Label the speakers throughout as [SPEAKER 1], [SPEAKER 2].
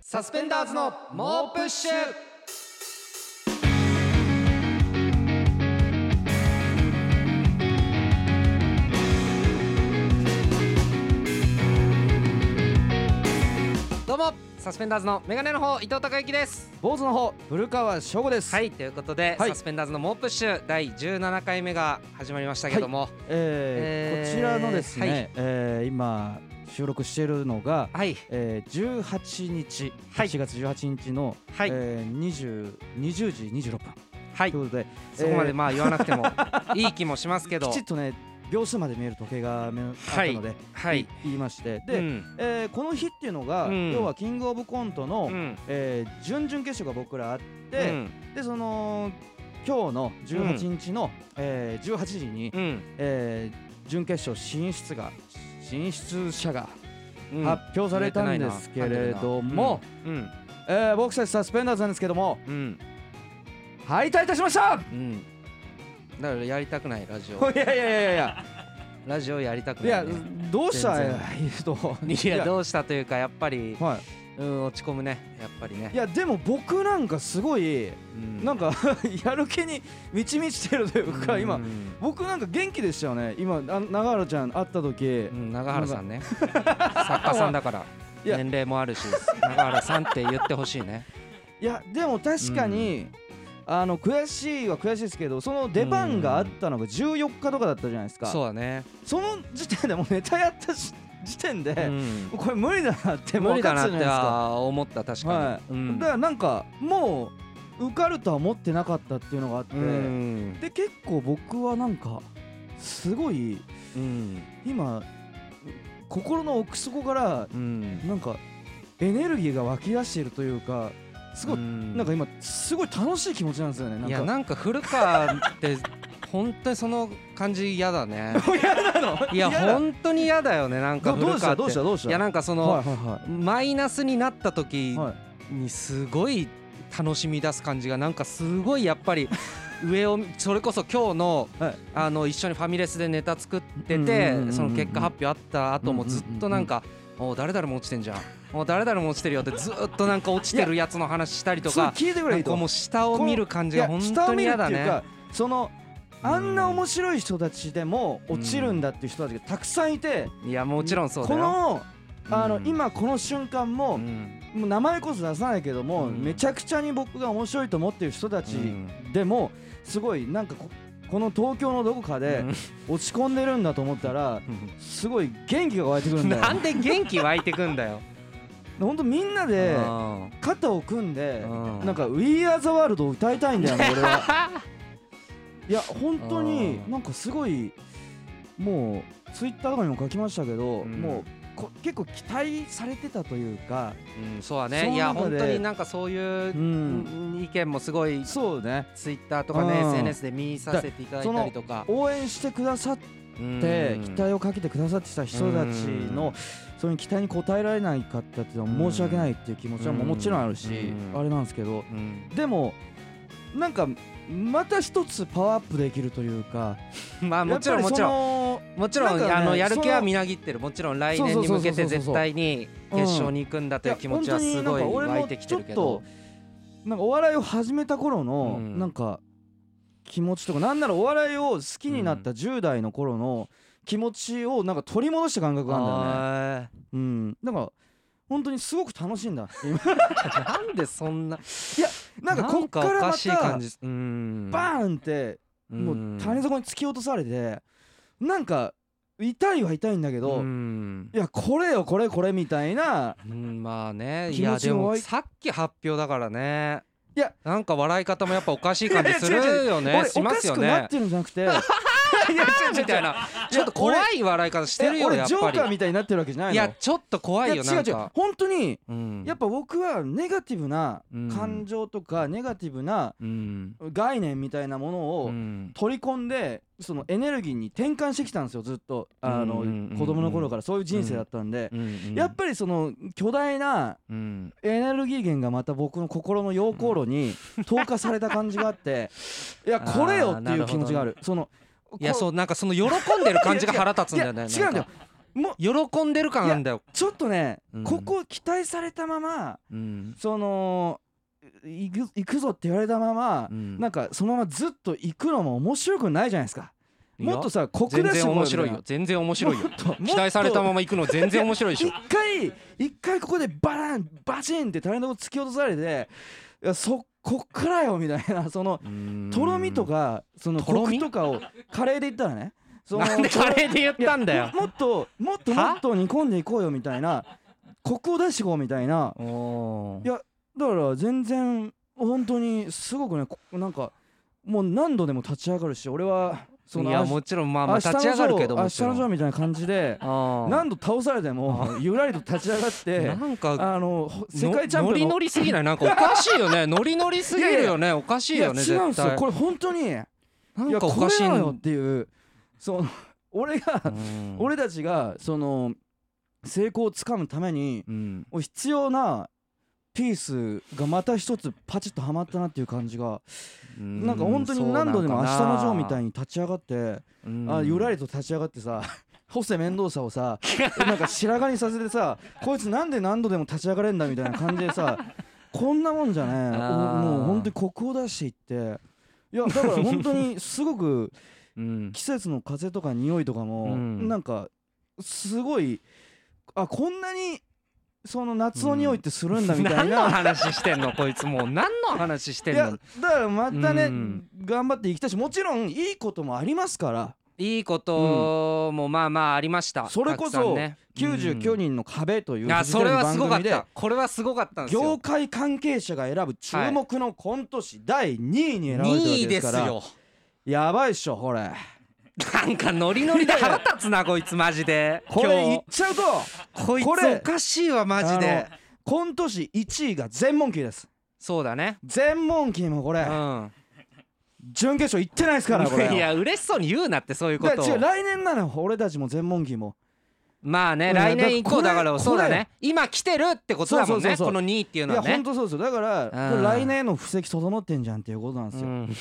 [SPEAKER 1] サスペンダーズの猛プッシュどうもサスペンダーズのメガネの方伊藤孝之です
[SPEAKER 2] 坊主の方古川翔吾です、
[SPEAKER 1] はいということで、
[SPEAKER 2] はい
[SPEAKER 1] サスペンダーズの猛プッシュ第17回目が始まりましたけども
[SPEAKER 2] え
[SPEAKER 1] え
[SPEAKER 2] ー
[SPEAKER 1] ー
[SPEAKER 2] こちらのですね、
[SPEAKER 1] はい
[SPEAKER 2] えー今収録しているのが、
[SPEAKER 1] はい
[SPEAKER 2] えー、18日、
[SPEAKER 1] はい
[SPEAKER 2] 4月18日の、
[SPEAKER 1] はい、
[SPEAKER 2] えー、20, 20時26分
[SPEAKER 1] はい
[SPEAKER 2] ということで、
[SPEAKER 1] そこまで
[SPEAKER 2] え
[SPEAKER 1] まあ言わなく てもいい気もしますけ
[SPEAKER 2] ー
[SPEAKER 1] ど
[SPEAKER 2] きちっとね秒数まで見える時計が目のあった
[SPEAKER 1] はい
[SPEAKER 2] ので、
[SPEAKER 1] はい
[SPEAKER 2] 言いまして
[SPEAKER 1] う
[SPEAKER 2] で、
[SPEAKER 1] ん
[SPEAKER 2] えーこの日っていうのが、
[SPEAKER 1] うん
[SPEAKER 2] 要はキングオブコントの、
[SPEAKER 1] うん
[SPEAKER 2] えー準々決勝が僕らあっ
[SPEAKER 1] う
[SPEAKER 2] て、
[SPEAKER 1] ん
[SPEAKER 2] でその今日の18日の、えー18時に、
[SPEAKER 1] うん
[SPEAKER 2] えー準決勝進出が進出者が
[SPEAKER 1] うん
[SPEAKER 2] 発表されたんですけれども、
[SPEAKER 1] うん
[SPEAKER 2] えー僕たちサスペンダーズなんですけども
[SPEAKER 1] うん
[SPEAKER 2] 敗退いたしました
[SPEAKER 1] うんだからやりたくないラジオ
[SPEAKER 2] いやいやいやいや
[SPEAKER 1] ラジオやりたく
[SPEAKER 2] い
[SPEAKER 1] ない
[SPEAKER 2] や
[SPEAKER 1] ね、
[SPEAKER 2] どうした
[SPEAKER 1] 全
[SPEAKER 2] らい いと
[SPEAKER 1] いやどうしたというかやっぱり、
[SPEAKER 2] はい
[SPEAKER 1] うん、落ち込むねやっぱりね
[SPEAKER 2] いやでも僕なんかすごい
[SPEAKER 1] うん
[SPEAKER 2] なんか やる気に満ち満ちてるというか
[SPEAKER 1] う
[SPEAKER 2] 今
[SPEAKER 1] ん
[SPEAKER 2] 僕なんか元気でしたよね今あ永原ちゃん会った時
[SPEAKER 1] うん永原さんね作家さんだから
[SPEAKER 2] いや
[SPEAKER 1] 年齢もあるし永原さんって言ってほしい ね
[SPEAKER 2] いやでも確かに、あの悔しいは悔しいですけどその出番があったのが14日とかだったじゃないですか、
[SPEAKER 1] そうだね、
[SPEAKER 2] その時点でもうネタやったし時点で、
[SPEAKER 1] うん
[SPEAKER 2] もうこれ無理だなってもう
[SPEAKER 1] 無理だなっ
[SPEAKER 2] 分
[SPEAKER 1] て
[SPEAKER 2] か
[SPEAKER 1] は思った確か
[SPEAKER 2] ってたじ
[SPEAKER 1] に、
[SPEAKER 2] ゃないですかはい
[SPEAKER 1] うん
[SPEAKER 2] だからなんかもう受かるとは思ってなかったっていうのがあって、
[SPEAKER 1] うん
[SPEAKER 2] で結構僕はなんかすごい
[SPEAKER 1] うん
[SPEAKER 2] 今心の奥底から
[SPEAKER 1] うん
[SPEAKER 2] なんかエネルギーが湧き出しているというかすごい、
[SPEAKER 1] うん
[SPEAKER 2] なんか今すごい楽しい気持ちなんですよねなんか
[SPEAKER 1] いやなんか古川って本当にその感じ嫌だね
[SPEAKER 2] 嫌なの
[SPEAKER 1] いや
[SPEAKER 2] 嫌だ
[SPEAKER 1] 本当に嫌だよねなんか
[SPEAKER 2] どど
[SPEAKER 1] 古
[SPEAKER 2] うした
[SPEAKER 1] 川
[SPEAKER 2] ど
[SPEAKER 1] っ
[SPEAKER 2] う
[SPEAKER 1] て
[SPEAKER 2] したどうした
[SPEAKER 1] いやなんかその、
[SPEAKER 2] はいはいは
[SPEAKER 1] マイナスになった時
[SPEAKER 2] いはい
[SPEAKER 1] にすごい楽しみ出す感じがなんかすごいやっぱ り上を見それこそ今日の,、
[SPEAKER 2] はい
[SPEAKER 1] あの一緒にファミレスでネタ作って
[SPEAKER 2] うんうん
[SPEAKER 1] て
[SPEAKER 2] うんうん
[SPEAKER 1] その結果発表あった後もずっとなんか「おう誰々も落ちてんじゃん」「おう誰々も落ちてるよ」ってずっとなんか落ちてるやつの話したりと
[SPEAKER 2] それ
[SPEAKER 1] か
[SPEAKER 2] 聞いてく
[SPEAKER 1] な
[SPEAKER 2] れ
[SPEAKER 1] ん
[SPEAKER 2] い
[SPEAKER 1] か
[SPEAKER 2] と
[SPEAKER 1] もう下を見る感じが本
[SPEAKER 2] 下
[SPEAKER 1] 当
[SPEAKER 2] を
[SPEAKER 1] に
[SPEAKER 2] 見るっ
[SPEAKER 1] 嫌だ
[SPEAKER 2] ていう
[SPEAKER 1] ね
[SPEAKER 2] か。そのあんな面白い人たちでも落ちるんだっていう人たちがたくさんいて
[SPEAKER 1] いやもちろんそうだよ。
[SPEAKER 2] このあの
[SPEAKER 1] うん
[SPEAKER 2] 今この瞬間も
[SPEAKER 1] う
[SPEAKER 2] も
[SPEAKER 1] ん
[SPEAKER 2] う名前こそ出さないけども
[SPEAKER 1] うん
[SPEAKER 2] めちゃくちゃに僕が面白いと思ってる人たち
[SPEAKER 1] うん
[SPEAKER 2] でもすごいなんかここの東京のどこかで落ち込んでるんだと思ったらすごい元気が湧いてくるんだよ
[SPEAKER 1] なんで元気湧いてくんだよ。
[SPEAKER 2] ほんとみんなで
[SPEAKER 1] うん
[SPEAKER 2] 肩を組んで
[SPEAKER 1] うん
[SPEAKER 2] なんか「We Are the World」を歌いたいんだ よね俺は。いや本当に
[SPEAKER 1] うん
[SPEAKER 2] なんかすごいもうツイッターとかにも書きましたけど、
[SPEAKER 1] うん
[SPEAKER 2] もうこ結構期待されてたというか、
[SPEAKER 1] うん、そうだ
[SPEAKER 2] そ
[SPEAKER 1] ね
[SPEAKER 2] の
[SPEAKER 1] いや
[SPEAKER 2] 中
[SPEAKER 1] 本
[SPEAKER 2] で
[SPEAKER 1] 当になんかそういうう、
[SPEAKER 2] ん、
[SPEAKER 1] 意見もすごい
[SPEAKER 2] そうね
[SPEAKER 1] ツイッターとかね
[SPEAKER 2] うん
[SPEAKER 1] SNS で見させていただいたりとか
[SPEAKER 2] 応援してくださっ
[SPEAKER 1] うん
[SPEAKER 2] て期待をかけてくださってた人たちのその期待に応えられないかったっていうのは申し訳ないっていう気持ちはもうもちろんあるし、
[SPEAKER 1] うん
[SPEAKER 2] あれなんですけど
[SPEAKER 1] うん
[SPEAKER 2] でもなんかまた一つパワーアップできるというか
[SPEAKER 1] まあもちろん
[SPEAKER 2] や
[SPEAKER 1] も
[SPEAKER 2] っぱり
[SPEAKER 1] ち
[SPEAKER 2] そ
[SPEAKER 1] ろん
[SPEAKER 2] の
[SPEAKER 1] もちろん、
[SPEAKER 2] なんか
[SPEAKER 1] あ
[SPEAKER 2] ね
[SPEAKER 1] のやる気は
[SPEAKER 2] その
[SPEAKER 1] みなぎってるもちろん来年に向けて
[SPEAKER 2] そうそうそうそうそう
[SPEAKER 1] 絶対に決勝に行くんだという気持ちはすごい湧いてきてるけど
[SPEAKER 2] いや本当になんか俺もちょっとなんかお笑いを始めた頃の、
[SPEAKER 1] うん
[SPEAKER 2] なんか気持ちとかなんならお笑いを好きになった10代の頃の気持ちをなんか取り戻した感覚があるんだよね
[SPEAKER 1] あ
[SPEAKER 2] うんだから本当にすごく楽しいんだ 今
[SPEAKER 1] ーなんでそんな
[SPEAKER 2] なんかこっか
[SPEAKER 1] なん
[SPEAKER 2] ら
[SPEAKER 1] お
[SPEAKER 2] ま
[SPEAKER 1] かしい感
[SPEAKER 2] た
[SPEAKER 1] じうん
[SPEAKER 2] バーンってもう谷底に突き落とされてなんか痛いは痛いんだけ
[SPEAKER 1] う
[SPEAKER 2] ど
[SPEAKER 1] ん
[SPEAKER 2] いやこれよこれこれみたいな
[SPEAKER 1] うんまあねい
[SPEAKER 2] 気
[SPEAKER 1] や
[SPEAKER 2] 持
[SPEAKER 1] で
[SPEAKER 2] ちも
[SPEAKER 1] も
[SPEAKER 2] 湧い
[SPEAKER 1] さっき発表だからね
[SPEAKER 2] いや
[SPEAKER 1] なんか笑い方もやっぱおかしい感じする
[SPEAKER 2] いや違う違
[SPEAKER 1] よね
[SPEAKER 2] 俺
[SPEAKER 1] し
[SPEAKER 2] お
[SPEAKER 1] ま
[SPEAKER 2] か
[SPEAKER 1] す
[SPEAKER 2] し
[SPEAKER 1] よ
[SPEAKER 2] くなっ
[SPEAKER 1] ね
[SPEAKER 2] てるんじゃ なくていや違う違う違う
[SPEAKER 1] みたいなちょっと怖い笑い方してる
[SPEAKER 2] え
[SPEAKER 1] よ
[SPEAKER 2] 俺
[SPEAKER 1] やっ
[SPEAKER 2] ジョ
[SPEAKER 1] ぱ
[SPEAKER 2] ーカー
[SPEAKER 1] り
[SPEAKER 2] みたいになってるわけじゃない
[SPEAKER 1] い
[SPEAKER 2] の
[SPEAKER 1] やちょっと怖いよ
[SPEAKER 2] い
[SPEAKER 1] な
[SPEAKER 2] や違うん違う
[SPEAKER 1] か
[SPEAKER 2] 本当に
[SPEAKER 1] うん
[SPEAKER 2] やっぱ僕はネガティブな
[SPEAKER 1] うん
[SPEAKER 2] 感情とかネガティブな
[SPEAKER 1] うん
[SPEAKER 2] 概念みたいなもの
[SPEAKER 1] う
[SPEAKER 2] を
[SPEAKER 1] ん
[SPEAKER 2] 取り込んでそのエネルギーに転換してきたんですよずっと
[SPEAKER 1] う
[SPEAKER 2] あ
[SPEAKER 1] んうんうんう
[SPEAKER 2] の
[SPEAKER 1] ん
[SPEAKER 2] 子供の頃からそういう人生だったんで
[SPEAKER 1] うん
[SPEAKER 2] やっぱりその巨大な
[SPEAKER 1] うん
[SPEAKER 2] エネルギー源がまた僕の心の溶鉱炉に投下された感じがあって いやこれよっていう気持ちがあるその
[SPEAKER 1] いや
[SPEAKER 2] こ
[SPEAKER 1] そうなんかその喜んでる感じが腹立つんだよね
[SPEAKER 2] いや違うんだよもう
[SPEAKER 1] 喜んでる感あんだよ、
[SPEAKER 2] ちょっとね、
[SPEAKER 1] うん
[SPEAKER 2] ここ期待されたまま
[SPEAKER 1] うん
[SPEAKER 2] そのい行く行くぞって言われたまま、
[SPEAKER 1] うん
[SPEAKER 2] なんかそのままずっと行くのも面白くないじゃないですか
[SPEAKER 1] いや
[SPEAKER 2] もっとさ酷
[SPEAKER 1] 全
[SPEAKER 2] 出して
[SPEAKER 1] 然
[SPEAKER 2] こう
[SPEAKER 1] 面白い
[SPEAKER 2] みた
[SPEAKER 1] よ全然面白いよ
[SPEAKER 2] なもっと
[SPEAKER 1] 期待されたまま行くの全然面白いでし
[SPEAKER 2] 一
[SPEAKER 1] ょ
[SPEAKER 2] 回一回ここでバランバチンってタレントを突き落とされていやそこっからよみたいなそのとろみとかその
[SPEAKER 1] とろ
[SPEAKER 2] コ
[SPEAKER 1] み
[SPEAKER 2] クとかをカレーで言ったらねその
[SPEAKER 1] なんでカレーで言っ
[SPEAKER 2] いや
[SPEAKER 1] たんだよ
[SPEAKER 2] ももっともっとも
[SPEAKER 1] は
[SPEAKER 2] っと煮込んでいこうよみたいなコクを出していこうみたいな
[SPEAKER 1] おー
[SPEAKER 2] いやだから全然本当にすごくねこなんかもう何度でも立ち上がるし俺はその
[SPEAKER 1] いや
[SPEAKER 2] あし
[SPEAKER 1] もちろんまあまあ立ち上がるけど
[SPEAKER 2] 明
[SPEAKER 1] も
[SPEAKER 2] 日
[SPEAKER 1] ち
[SPEAKER 2] の
[SPEAKER 1] ろ
[SPEAKER 2] ジョー
[SPEAKER 1] ん
[SPEAKER 2] みたいな感じで
[SPEAKER 1] あー
[SPEAKER 2] 何度倒されてもゆらりと立ち上がって
[SPEAKER 1] なんか
[SPEAKER 2] あのほ
[SPEAKER 1] の
[SPEAKER 2] 世界チャ
[SPEAKER 1] ノ
[SPEAKER 2] ンピオンの
[SPEAKER 1] リノリすぎないなんかおかしいよ ねノリノリすぎるよねおかしいよね
[SPEAKER 2] いや違うん
[SPEAKER 1] 絶
[SPEAKER 2] ですよ
[SPEAKER 1] 対
[SPEAKER 2] これ本当にいや
[SPEAKER 1] なんかお
[SPEAKER 2] こ
[SPEAKER 1] かしい
[SPEAKER 2] れ
[SPEAKER 1] ん
[SPEAKER 2] なのよっていうその俺が、
[SPEAKER 1] うん
[SPEAKER 2] 俺たちがその成功をつかむために
[SPEAKER 1] うん
[SPEAKER 2] もう必要なピースがまた一つパチッとはまったなっていう感じがなんか本当に何度でも「明日のジョー」みたい
[SPEAKER 1] に
[SPEAKER 2] に立ち上がってあゆらりと立ち上がってさ ホセ面倒さをさ なんか白髪にさせてさこいつなんで何度でも立ち上がれんだみたいな感じで さこんなもんじゃねえ
[SPEAKER 1] あー
[SPEAKER 2] おもう本当にコクを出していっていやだから本当にすごく
[SPEAKER 1] うん
[SPEAKER 2] 季節の風とか匂いとかも、
[SPEAKER 1] うん
[SPEAKER 2] なんかすごいあこんなにその夏の匂いってするんだみたい
[SPEAKER 1] 何
[SPEAKER 2] な、
[SPEAKER 1] の話してんの こいつもう何の話して
[SPEAKER 2] い
[SPEAKER 1] ん
[SPEAKER 2] や
[SPEAKER 1] の
[SPEAKER 2] だからまたね、
[SPEAKER 1] うん
[SPEAKER 2] 頑張っていきたいしもちろんいいこともありますから
[SPEAKER 1] いいこともまあまあありました
[SPEAKER 2] それこそ
[SPEAKER 1] たくさんね
[SPEAKER 2] 99人の壁とい
[SPEAKER 1] いうや
[SPEAKER 2] フジテ
[SPEAKER 1] そ
[SPEAKER 2] レ
[SPEAKER 1] れ
[SPEAKER 2] ビの
[SPEAKER 1] はす
[SPEAKER 2] 番
[SPEAKER 1] ごかっ
[SPEAKER 2] 組で
[SPEAKER 1] たこれはすごかったんです
[SPEAKER 2] 業
[SPEAKER 1] よ
[SPEAKER 2] 界関係者が選ぶ注目のコント師第2位に選ばれたわ
[SPEAKER 1] 2
[SPEAKER 2] け
[SPEAKER 1] 位
[SPEAKER 2] で
[SPEAKER 1] ですす
[SPEAKER 2] から
[SPEAKER 1] よ
[SPEAKER 2] やばいっしょこれ
[SPEAKER 1] なんかノリノリで腹立つなこいつマジで
[SPEAKER 2] これ言っ
[SPEAKER 1] 今
[SPEAKER 2] ちゃうと
[SPEAKER 1] 日こいつ
[SPEAKER 2] これ
[SPEAKER 1] おかしいわマジで
[SPEAKER 2] あのコント師1位が全問キーです
[SPEAKER 1] そうだね
[SPEAKER 2] 全問キーもこれ
[SPEAKER 1] うん
[SPEAKER 2] 準決勝行ってないですからこれ
[SPEAKER 1] いや嬉しそうに言うなってそういうこ
[SPEAKER 2] だ
[SPEAKER 1] と
[SPEAKER 2] か
[SPEAKER 1] を
[SPEAKER 2] ら違う来年なのよ俺たちも全問キーも
[SPEAKER 1] まあ
[SPEAKER 2] う
[SPEAKER 1] ね
[SPEAKER 2] ん
[SPEAKER 1] 来年以降
[SPEAKER 2] だ
[SPEAKER 1] だ
[SPEAKER 2] か
[SPEAKER 1] からら
[SPEAKER 2] これ
[SPEAKER 1] そうだね今来てるってことだもん
[SPEAKER 2] そうそうそう
[SPEAKER 1] ね
[SPEAKER 2] そう
[SPEAKER 1] この2位っていう
[SPEAKER 2] い
[SPEAKER 1] の
[SPEAKER 2] や
[SPEAKER 1] は
[SPEAKER 2] ほ
[SPEAKER 1] ね
[SPEAKER 2] んとそうですよだからこれ来年への布石整ってんじゃんっていうことなんです
[SPEAKER 1] う
[SPEAKER 2] よ
[SPEAKER 1] ん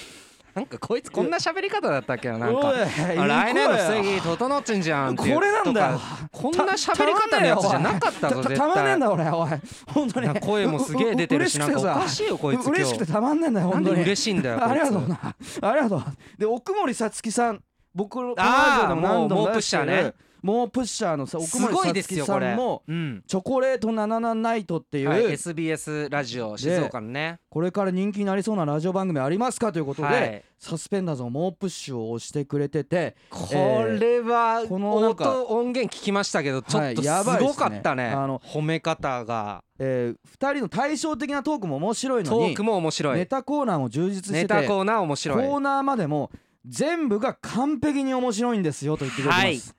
[SPEAKER 1] なんかこいつこんな喋り方だったっけななん
[SPEAKER 2] おい
[SPEAKER 1] かあ来年の
[SPEAKER 2] 行こうよ
[SPEAKER 1] 布石整っちんじゃんっていう
[SPEAKER 2] これなんだよ
[SPEAKER 1] とかこんな喋り方のやつじゃなかったぞ
[SPEAKER 2] た
[SPEAKER 1] 絶
[SPEAKER 2] たまんねえ
[SPEAKER 1] 対
[SPEAKER 2] んだ俺おい本当
[SPEAKER 1] なん
[SPEAKER 2] に
[SPEAKER 1] か声もすげえ出てるし
[SPEAKER 2] うう
[SPEAKER 1] な
[SPEAKER 2] う
[SPEAKER 1] ん
[SPEAKER 2] 嬉く
[SPEAKER 1] か
[SPEAKER 2] てさ
[SPEAKER 1] おかしいよこいつ今
[SPEAKER 2] 嬉しく
[SPEAKER 1] 日
[SPEAKER 2] てたまんねえんだよ
[SPEAKER 1] なん
[SPEAKER 2] 本
[SPEAKER 1] で
[SPEAKER 2] 当に
[SPEAKER 1] 嬉しいんだ よこいつ
[SPEAKER 2] ありがとうなありがとうで奥森さつきさん僕のこのラジオでも何度も出してる
[SPEAKER 1] あーもうもうプッシャーね
[SPEAKER 2] もうプッシャーのさ奥
[SPEAKER 1] すごい
[SPEAKER 2] 森
[SPEAKER 1] で
[SPEAKER 2] さつ
[SPEAKER 1] す
[SPEAKER 2] き
[SPEAKER 1] よ
[SPEAKER 2] さ
[SPEAKER 1] こ
[SPEAKER 2] ん
[SPEAKER 1] れ
[SPEAKER 2] も
[SPEAKER 1] うん
[SPEAKER 2] チョコレートナナナナイトってい
[SPEAKER 1] はいう SBS ラジオ静岡のね
[SPEAKER 2] これから人気になりそうなラジオ番組ありますかということ
[SPEAKER 1] は
[SPEAKER 2] で
[SPEAKER 1] い
[SPEAKER 2] サスペンダーズの猛プッシュを押してくれてて
[SPEAKER 1] これは
[SPEAKER 2] このなんか
[SPEAKER 1] 音音源聞きましたけどちょ
[SPEAKER 2] は
[SPEAKER 1] っ
[SPEAKER 2] い
[SPEAKER 1] と
[SPEAKER 2] や
[SPEAKER 1] す
[SPEAKER 2] ばいっすね
[SPEAKER 1] ごかったね
[SPEAKER 2] あの
[SPEAKER 1] 褒め方が
[SPEAKER 2] えー二人の対照的なトークも面白いの
[SPEAKER 1] ト
[SPEAKER 2] に
[SPEAKER 1] ークも面白
[SPEAKER 2] ネ
[SPEAKER 1] い
[SPEAKER 2] タコーナーも充実し
[SPEAKER 1] ネ
[SPEAKER 2] て
[SPEAKER 1] タ
[SPEAKER 2] て
[SPEAKER 1] コーナー面
[SPEAKER 2] コー
[SPEAKER 1] 白い
[SPEAKER 2] ナーまでも全部が完璧に面白いんですよと言ってくれてます。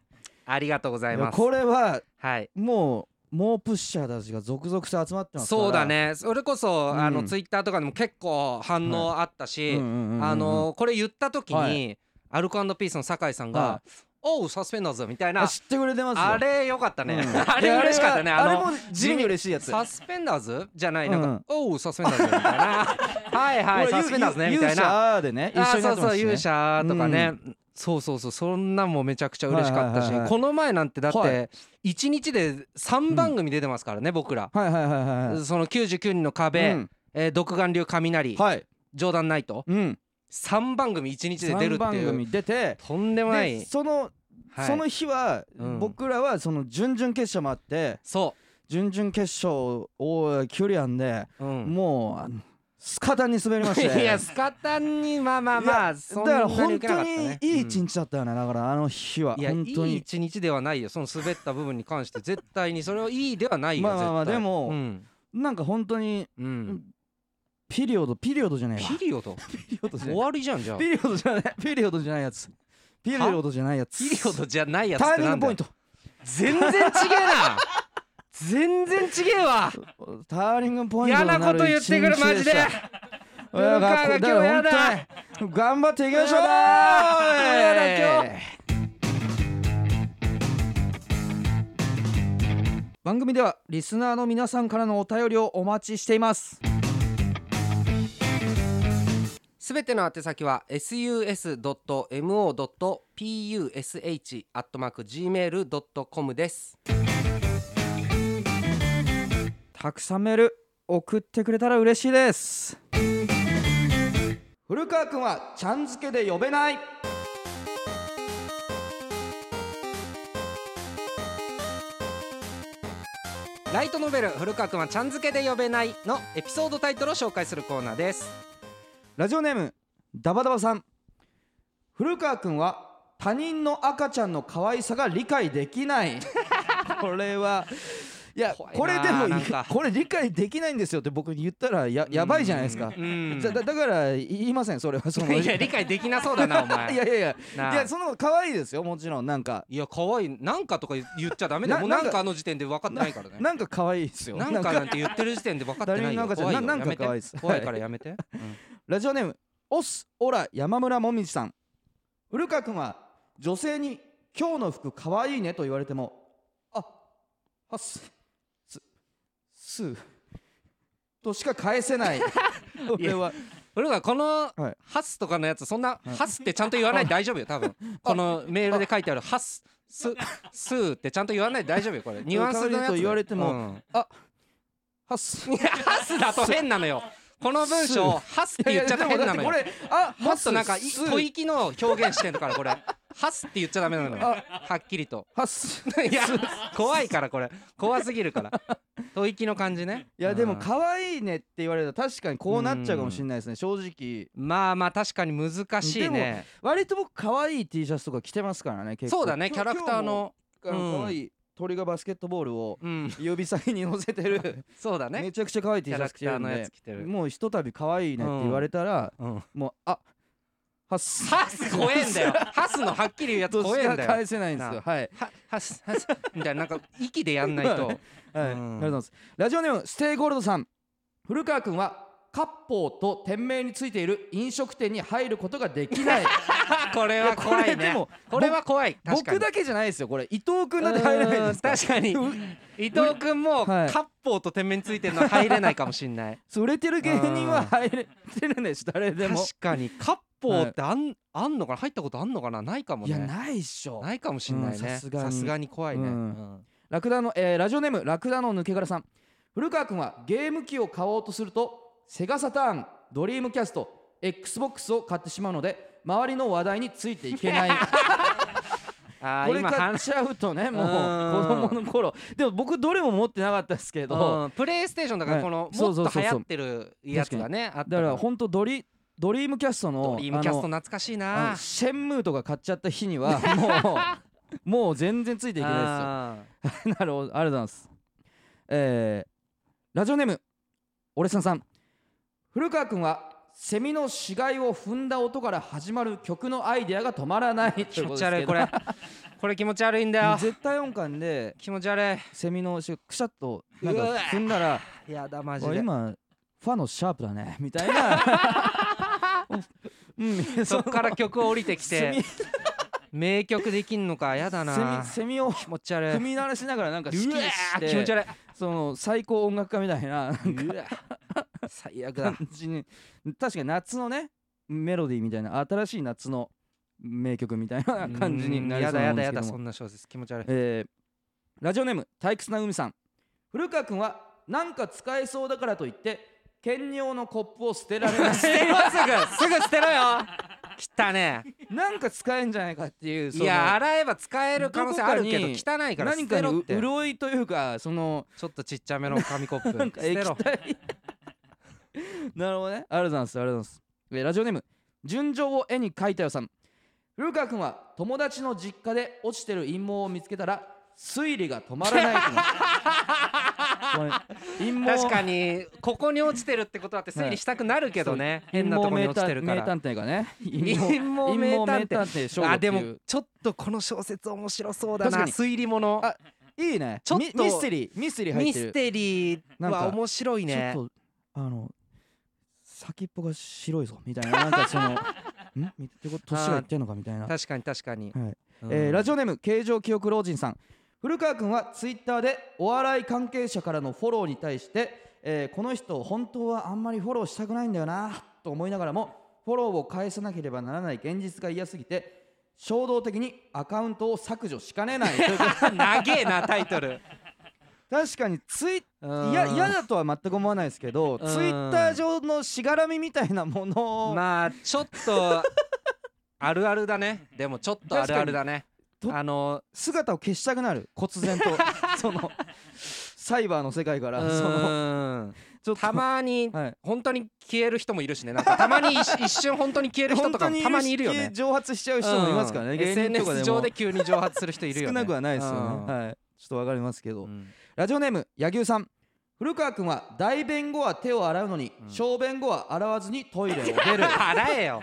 [SPEAKER 1] ありがとうござい
[SPEAKER 2] いや
[SPEAKER 1] ます
[SPEAKER 2] これは
[SPEAKER 1] はい
[SPEAKER 2] もう猛プッシャーたちが続々と集まってますから
[SPEAKER 1] そうだ、ねそれこそあ
[SPEAKER 2] う
[SPEAKER 1] の
[SPEAKER 2] ん
[SPEAKER 1] ツイッターとかでも結構反応あった
[SPEAKER 2] うん
[SPEAKER 1] し
[SPEAKER 2] うんうんうん
[SPEAKER 1] あのこれ言った時
[SPEAKER 2] は
[SPEAKER 1] にアルコピースの酒井さん
[SPEAKER 2] は
[SPEAKER 1] が「おうサスペンダーズ」みたい
[SPEAKER 2] あ
[SPEAKER 1] な
[SPEAKER 2] 知ってくれてますよ
[SPEAKER 1] あれよかったね
[SPEAKER 2] うん
[SPEAKER 1] あれ嬉しかったね
[SPEAKER 2] いやあれ
[SPEAKER 1] あ
[SPEAKER 2] はあ
[SPEAKER 1] の
[SPEAKER 2] れも地味に嬉しいやつ
[SPEAKER 1] サスペンダーズじゃないなん
[SPEAKER 2] うん
[SPEAKER 1] か「おうサスペンダーズ」みた いな「はいはい
[SPEAKER 2] ほ
[SPEAKER 1] サ
[SPEAKER 2] ら
[SPEAKER 1] スペンダーズね」み
[SPEAKER 2] ゆ
[SPEAKER 1] たいな
[SPEAKER 2] 勇者でね一
[SPEAKER 1] あ
[SPEAKER 2] 緒
[SPEAKER 1] ー
[SPEAKER 2] にな
[SPEAKER 1] そう
[SPEAKER 2] ってま
[SPEAKER 1] そう
[SPEAKER 2] すしね
[SPEAKER 1] 勇者とかねそうそうそうそんなんもめちゃくちゃ嬉しかった
[SPEAKER 2] はいはいはいはい
[SPEAKER 1] しこの前なんてだっ
[SPEAKER 2] はい
[SPEAKER 1] て1日で3番組出てますからね僕ら
[SPEAKER 2] はいはいはいはいはい
[SPEAKER 1] その99人の
[SPEAKER 2] う
[SPEAKER 1] 壁
[SPEAKER 2] ん
[SPEAKER 1] えー独眼流雷
[SPEAKER 2] はい
[SPEAKER 1] 冗談ないと
[SPEAKER 2] うん
[SPEAKER 1] 3番組1日で出るっ
[SPEAKER 2] 三
[SPEAKER 1] て
[SPEAKER 2] 番
[SPEAKER 1] いう
[SPEAKER 2] 組出て
[SPEAKER 1] とんでもな
[SPEAKER 2] で
[SPEAKER 1] い
[SPEAKER 2] その
[SPEAKER 1] はい
[SPEAKER 2] その日は
[SPEAKER 1] うん
[SPEAKER 2] 僕らはその準々決勝もあって
[SPEAKER 1] そ
[SPEAKER 2] 準々決勝をキュリアンで
[SPEAKER 1] ううん
[SPEAKER 2] もうあのスカタンに滑りまし
[SPEAKER 1] い
[SPEAKER 2] て
[SPEAKER 1] やスカタンにまあまあまあそ
[SPEAKER 2] だ
[SPEAKER 1] ん
[SPEAKER 2] か
[SPEAKER 1] な
[SPEAKER 2] ら
[SPEAKER 1] に
[SPEAKER 2] 本
[SPEAKER 1] 受けなか
[SPEAKER 2] 当
[SPEAKER 1] った
[SPEAKER 2] に
[SPEAKER 1] ね
[SPEAKER 2] いい
[SPEAKER 1] うん
[SPEAKER 2] 一日だったよね、だからあの日はい
[SPEAKER 1] やい
[SPEAKER 2] 本当
[SPEAKER 1] い
[SPEAKER 2] に
[SPEAKER 1] 一日ではないよその滑った部分に関して絶対にそれはいいではないよ
[SPEAKER 2] まあまあまあ
[SPEAKER 1] 絶対
[SPEAKER 2] でも
[SPEAKER 1] うん
[SPEAKER 2] なんか本当に
[SPEAKER 1] うん
[SPEAKER 2] ピリオドピリオドじゃないわ
[SPEAKER 1] ピリオド
[SPEAKER 2] ピリオド
[SPEAKER 1] 終わりじゃんじゃあ
[SPEAKER 2] ピリオドじゃないピリオドじゃないやつピリオドじゃないやつ
[SPEAKER 1] ピリオドじゃないやつっ
[SPEAKER 2] タイ
[SPEAKER 1] て
[SPEAKER 2] ミン
[SPEAKER 1] な
[SPEAKER 2] グ
[SPEAKER 1] んだ
[SPEAKER 2] ポイン
[SPEAKER 1] よ
[SPEAKER 2] ト
[SPEAKER 1] 全然違えな全然違えわ
[SPEAKER 2] ターニングポイントになる
[SPEAKER 1] 嫌なこと言ってくるマジで
[SPEAKER 2] 一日しただから
[SPEAKER 1] ルカが今日やだ
[SPEAKER 2] から本当に頑張っていきましょう
[SPEAKER 1] やだー
[SPEAKER 2] やだ今日番組ではリスナーの皆さんからのお便りをお待ちしています
[SPEAKER 1] すべての宛先は sus.mo.push.gmail.com です
[SPEAKER 2] たくさんメール送ってくれたら嬉しいです古川君はちゃん付けで呼べない
[SPEAKER 1] ライトノベル古川くんはちゃん付けで呼べないのエピソードタイトルを紹介するコーナーです
[SPEAKER 2] ラジオネームダバダバさん古川君は他人の赤ちゃんの可愛さが理解できない これはいや
[SPEAKER 1] 怖いなあ
[SPEAKER 2] これでもい
[SPEAKER 1] なんか
[SPEAKER 2] これ理解できないんですよって僕に言ったらややばいじゃないですか
[SPEAKER 1] うん
[SPEAKER 2] じゃだだから言いませんそれはその
[SPEAKER 1] いや理解できなそうだなお前
[SPEAKER 2] いやいやいや
[SPEAKER 1] ない
[SPEAKER 2] やその可愛いですよもちろんなんか
[SPEAKER 1] いや可愛いなんかとか言っちゃダメだよ
[SPEAKER 2] な
[SPEAKER 1] もう
[SPEAKER 2] な
[SPEAKER 1] な
[SPEAKER 2] んか
[SPEAKER 1] んかあの時点で分かってないからね
[SPEAKER 2] なんか可愛いですよ
[SPEAKER 1] なんかなんて言ってる時点で分かってない
[SPEAKER 2] 誰にな
[SPEAKER 1] よ
[SPEAKER 2] んかじゃ
[SPEAKER 1] 怖いよ
[SPEAKER 2] ななんか
[SPEAKER 1] やめて
[SPEAKER 2] 可愛いです
[SPEAKER 1] 怖いからやめて
[SPEAKER 2] ラジオネームオスオラ山村もみじさん古川君は女性に「今日の服かわいいね」と言われても「あはすすす」としか返 せない俺は
[SPEAKER 1] 俺がこの
[SPEAKER 2] はい
[SPEAKER 1] ハスとかのやつそんなハスってちゃんと言わないで大丈夫よ多分このメールで書いてあるハスススーってちゃんと言わないで大丈夫 よこれニュアンスのやつだよ
[SPEAKER 2] と言われても
[SPEAKER 1] うん
[SPEAKER 2] はす
[SPEAKER 1] いやハスだと変なのよこの文章ハスって言っちゃった変なのよ
[SPEAKER 2] いやいやでもだってこれあ
[SPEAKER 1] もっとなんかい
[SPEAKER 2] す
[SPEAKER 1] 吐息の表現してんのからこれハスって言っちゃダメなのよはっきり と
[SPEAKER 2] はす
[SPEAKER 1] いや怖いからこれ怖すぎるから吐息の感じね
[SPEAKER 2] いやでも
[SPEAKER 1] うん
[SPEAKER 2] 可愛いねって言われたら確かにこうなっちゃうかもしれないですね正直
[SPEAKER 1] まあまあ確かに難しいね
[SPEAKER 2] 割と僕可愛い T シャツとか着てますからね結構
[SPEAKER 1] そうだねキ
[SPEAKER 2] 今
[SPEAKER 1] ャ
[SPEAKER 2] 日
[SPEAKER 1] ラクターの
[SPEAKER 2] 今日も
[SPEAKER 1] う
[SPEAKER 2] あの
[SPEAKER 1] ん
[SPEAKER 2] 可愛い鳥がバスケットボールを
[SPEAKER 1] うん
[SPEAKER 2] 指先に乗せてる
[SPEAKER 1] そうだ ね
[SPEAKER 2] めちゃくちゃ可愛い T
[SPEAKER 1] キ
[SPEAKER 2] シ
[SPEAKER 1] ャ
[SPEAKER 2] ャ
[SPEAKER 1] ラ
[SPEAKER 2] ツ
[SPEAKER 1] ク
[SPEAKER 2] 着て
[SPEAKER 1] ター
[SPEAKER 2] るん
[SPEAKER 1] のや
[SPEAKER 2] で
[SPEAKER 1] つ着てる
[SPEAKER 2] もうひとたび可愛いねって言われたら
[SPEAKER 1] うん
[SPEAKER 2] もうあはっす
[SPEAKER 1] ハス怖えんだよハスのはっきり言うやつ
[SPEAKER 2] と
[SPEAKER 1] 怖
[SPEAKER 2] し
[SPEAKER 1] えん
[SPEAKER 2] か
[SPEAKER 1] だよ
[SPEAKER 2] 返せ ないんですよはい
[SPEAKER 1] はハスハスみたいななんか息でやんないと
[SPEAKER 2] はいありがと
[SPEAKER 1] うん
[SPEAKER 2] うございますラジオネームステイゴールドさん古川君は割烹と店名についている飲食店に入ることができ ない
[SPEAKER 1] あこれは怖い
[SPEAKER 2] いやこれで
[SPEAKER 1] ね
[SPEAKER 2] も
[SPEAKER 1] これは怖い確か
[SPEAKER 2] 僕
[SPEAKER 1] に
[SPEAKER 2] だけじゃないですよこれ伊藤君だって入れないんです
[SPEAKER 1] うーん確かに
[SPEAKER 2] う
[SPEAKER 1] 伊藤君も
[SPEAKER 2] はい
[SPEAKER 1] 割烹と天面ついてるの入れないかもしん ない
[SPEAKER 2] そう売れてる芸人は入れてるんです誰で
[SPEAKER 1] 確
[SPEAKER 2] も
[SPEAKER 1] かに割烹ってあんあんのかな入ったことあんのかなないかも
[SPEAKER 2] いや
[SPEAKER 1] ね
[SPEAKER 2] ないっしょ
[SPEAKER 1] ないかもしんない
[SPEAKER 2] うん
[SPEAKER 1] ね
[SPEAKER 2] さすがに
[SPEAKER 1] さすがに怖いね
[SPEAKER 2] う
[SPEAKER 1] うんん
[SPEAKER 2] ラクダの、えーラジオネームラクダの抜け殻さん古川君はゲーム機を買おうとするとセガサターンドリームキャスト XBOX を買ってしまうので周りの話題についていけない
[SPEAKER 1] あ
[SPEAKER 2] こ
[SPEAKER 1] ー
[SPEAKER 2] れ
[SPEAKER 1] 今
[SPEAKER 2] 買っ
[SPEAKER 1] 話
[SPEAKER 2] ちゃうとねもう
[SPEAKER 1] う
[SPEAKER 2] 子
[SPEAKER 1] ん
[SPEAKER 2] 供の頃でも僕どれも持ってなかったですけど
[SPEAKER 1] うんプレイステーションだから
[SPEAKER 2] はい
[SPEAKER 1] この
[SPEAKER 2] そ
[SPEAKER 1] も
[SPEAKER 2] う
[SPEAKER 1] っ
[SPEAKER 2] そう
[SPEAKER 1] と
[SPEAKER 2] そうそう
[SPEAKER 1] 流行ってるやつがねあった
[SPEAKER 2] だから本当ドリドリームキャストの
[SPEAKER 1] ドリームキャスト
[SPEAKER 2] あの
[SPEAKER 1] 懐かしい
[SPEAKER 2] あの
[SPEAKER 1] な
[SPEAKER 2] シェンムーとか買っちゃった日にはも うもう全然ついていけないですよ
[SPEAKER 1] あ
[SPEAKER 2] なるほどありがとうございますえーラジオネーム俺さんさん古川君はセミの死骸を踏んだ音から始まる曲のアイデアが止まらない
[SPEAKER 1] ー気持ち悪い これこれ気持ち悪いんだよ
[SPEAKER 2] 絶対音感で
[SPEAKER 1] 気持ち悪
[SPEAKER 2] セミの死骸くしゃっとなんか
[SPEAKER 1] うわ
[SPEAKER 2] 踏んだら
[SPEAKER 1] いやだマジ
[SPEAKER 2] わ
[SPEAKER 1] で
[SPEAKER 2] 今ファのシャープだねみたいな うん
[SPEAKER 1] そっから曲降りてき
[SPEAKER 2] セ
[SPEAKER 1] て
[SPEAKER 2] ミ
[SPEAKER 1] 名曲できんのかやだ
[SPEAKER 2] セミ
[SPEAKER 1] な
[SPEAKER 2] セミを
[SPEAKER 1] 気持ち悪いう
[SPEAKER 2] 踏み鳴らしながらなんか指揮
[SPEAKER 1] わ
[SPEAKER 2] し
[SPEAKER 1] ー気持ち
[SPEAKER 2] て
[SPEAKER 1] 悪い
[SPEAKER 2] その最高音楽家みたいな
[SPEAKER 1] うわ最悪だ
[SPEAKER 2] 感じに確かに夏のねメロディーみたいな新しい夏の名曲みたいな感じになり
[SPEAKER 1] や
[SPEAKER 2] そ
[SPEAKER 1] だ
[SPEAKER 2] うな
[SPEAKER 1] や
[SPEAKER 2] ん
[SPEAKER 1] だ
[SPEAKER 2] です
[SPEAKER 1] や
[SPEAKER 2] けど
[SPEAKER 1] だそ
[SPEAKER 2] も、
[SPEAKER 1] んな小説気持ち悪い
[SPEAKER 2] えーラジオネーム退屈な海さん古川君はなんか使えそうだからといって兼用のコップを捨てられま
[SPEAKER 1] 捨
[SPEAKER 2] す
[SPEAKER 1] てろすぐすぐ捨て ろよ汚ね
[SPEAKER 2] なんか使えんじゃないかっていう
[SPEAKER 1] え
[SPEAKER 2] そ
[SPEAKER 1] い
[SPEAKER 2] の
[SPEAKER 1] や洗えば使える可能性あるけど
[SPEAKER 2] どこ
[SPEAKER 1] 汚いから捨
[SPEAKER 2] 何か
[SPEAKER 1] てろ
[SPEAKER 2] に
[SPEAKER 1] って
[SPEAKER 2] 潤いというかその
[SPEAKER 1] ちょっとちっちゃめの紙コッ
[SPEAKER 2] なん
[SPEAKER 1] プ
[SPEAKER 2] か
[SPEAKER 1] 捨て
[SPEAKER 2] 液
[SPEAKER 1] ろ
[SPEAKER 2] 体 なるほどねありがとうございますありがとうございますえーラジオネーム純情を絵に描いたよさん古川君は友達の実家で落ちてる陰謀を見つけたら推理が止まらないとなこれ陰謀
[SPEAKER 1] 確かにここに落ちてるってことだって推理したくなるけどね変なとこに落ちてるか
[SPEAKER 2] 陰
[SPEAKER 1] ら
[SPEAKER 2] 謀名探偵がね
[SPEAKER 1] 陰謀
[SPEAKER 2] 陰
[SPEAKER 1] 名
[SPEAKER 2] 謀
[SPEAKER 1] 探偵
[SPEAKER 2] 偵ショーゴ
[SPEAKER 1] あ
[SPEAKER 2] ってい
[SPEAKER 1] で
[SPEAKER 2] う
[SPEAKER 1] もちょっとこの小説面白そうだな
[SPEAKER 2] 確か
[SPEAKER 1] 推理もの
[SPEAKER 2] あいいね
[SPEAKER 1] ちょっと
[SPEAKER 2] ミミステリーミステリー入
[SPEAKER 1] ミ
[SPEAKER 2] ってる
[SPEAKER 1] ステリー
[SPEAKER 2] なんか
[SPEAKER 1] は面白いね
[SPEAKER 2] ちょっとあの先っぽが白いぞみたいななんかそ のんみってこと年がいってんのかみたいな、
[SPEAKER 1] 確かに確か に、
[SPEAKER 2] はいえーラジ
[SPEAKER 1] オ
[SPEAKER 2] オネーム形状記憶老人さん古川君はツイッターでお笑い関係者からのフォローに対して、えーこの人本当はあんまりフォローしたくないんだよなと思いながらもフォローを返さなければならない現実が嫌すぎて衝動的にアカウントを削除しか ねないということ
[SPEAKER 1] 長えなタイトル
[SPEAKER 2] 確かにツイい
[SPEAKER 1] うん
[SPEAKER 2] や嫌だとは全く思わないですけどツイッター上のしがらみみたいなもの を
[SPEAKER 1] まあちょっとあるあるだねでもちょっとあるあるだね
[SPEAKER 2] 確かにと
[SPEAKER 1] あの
[SPEAKER 2] 姿を消したくなる 忽然とそのサイバーの世界か
[SPEAKER 1] う
[SPEAKER 2] らその
[SPEAKER 1] ーん
[SPEAKER 2] ちょっと
[SPEAKER 1] たまに
[SPEAKER 2] はい
[SPEAKER 1] 本当に消える人もいるしねなんかたま に一一瞬本当に消える人とかもたまにいるよね
[SPEAKER 2] 蒸発しちゃう人もいますからね、
[SPEAKER 1] うん
[SPEAKER 2] 芸人とか
[SPEAKER 1] SNS
[SPEAKER 2] で
[SPEAKER 1] 上
[SPEAKER 2] も
[SPEAKER 1] で急に蒸発する人いるよ
[SPEAKER 2] 少
[SPEAKER 1] ね
[SPEAKER 2] なくはないですよね、
[SPEAKER 1] うん
[SPEAKER 2] はいちょっとわかりますけど、
[SPEAKER 1] うん
[SPEAKER 2] ラジオネーム柳生さん古川君は大便後は手を洗うのに、
[SPEAKER 1] うん
[SPEAKER 2] 小便後は洗わずにトイレを出る
[SPEAKER 1] 払えよ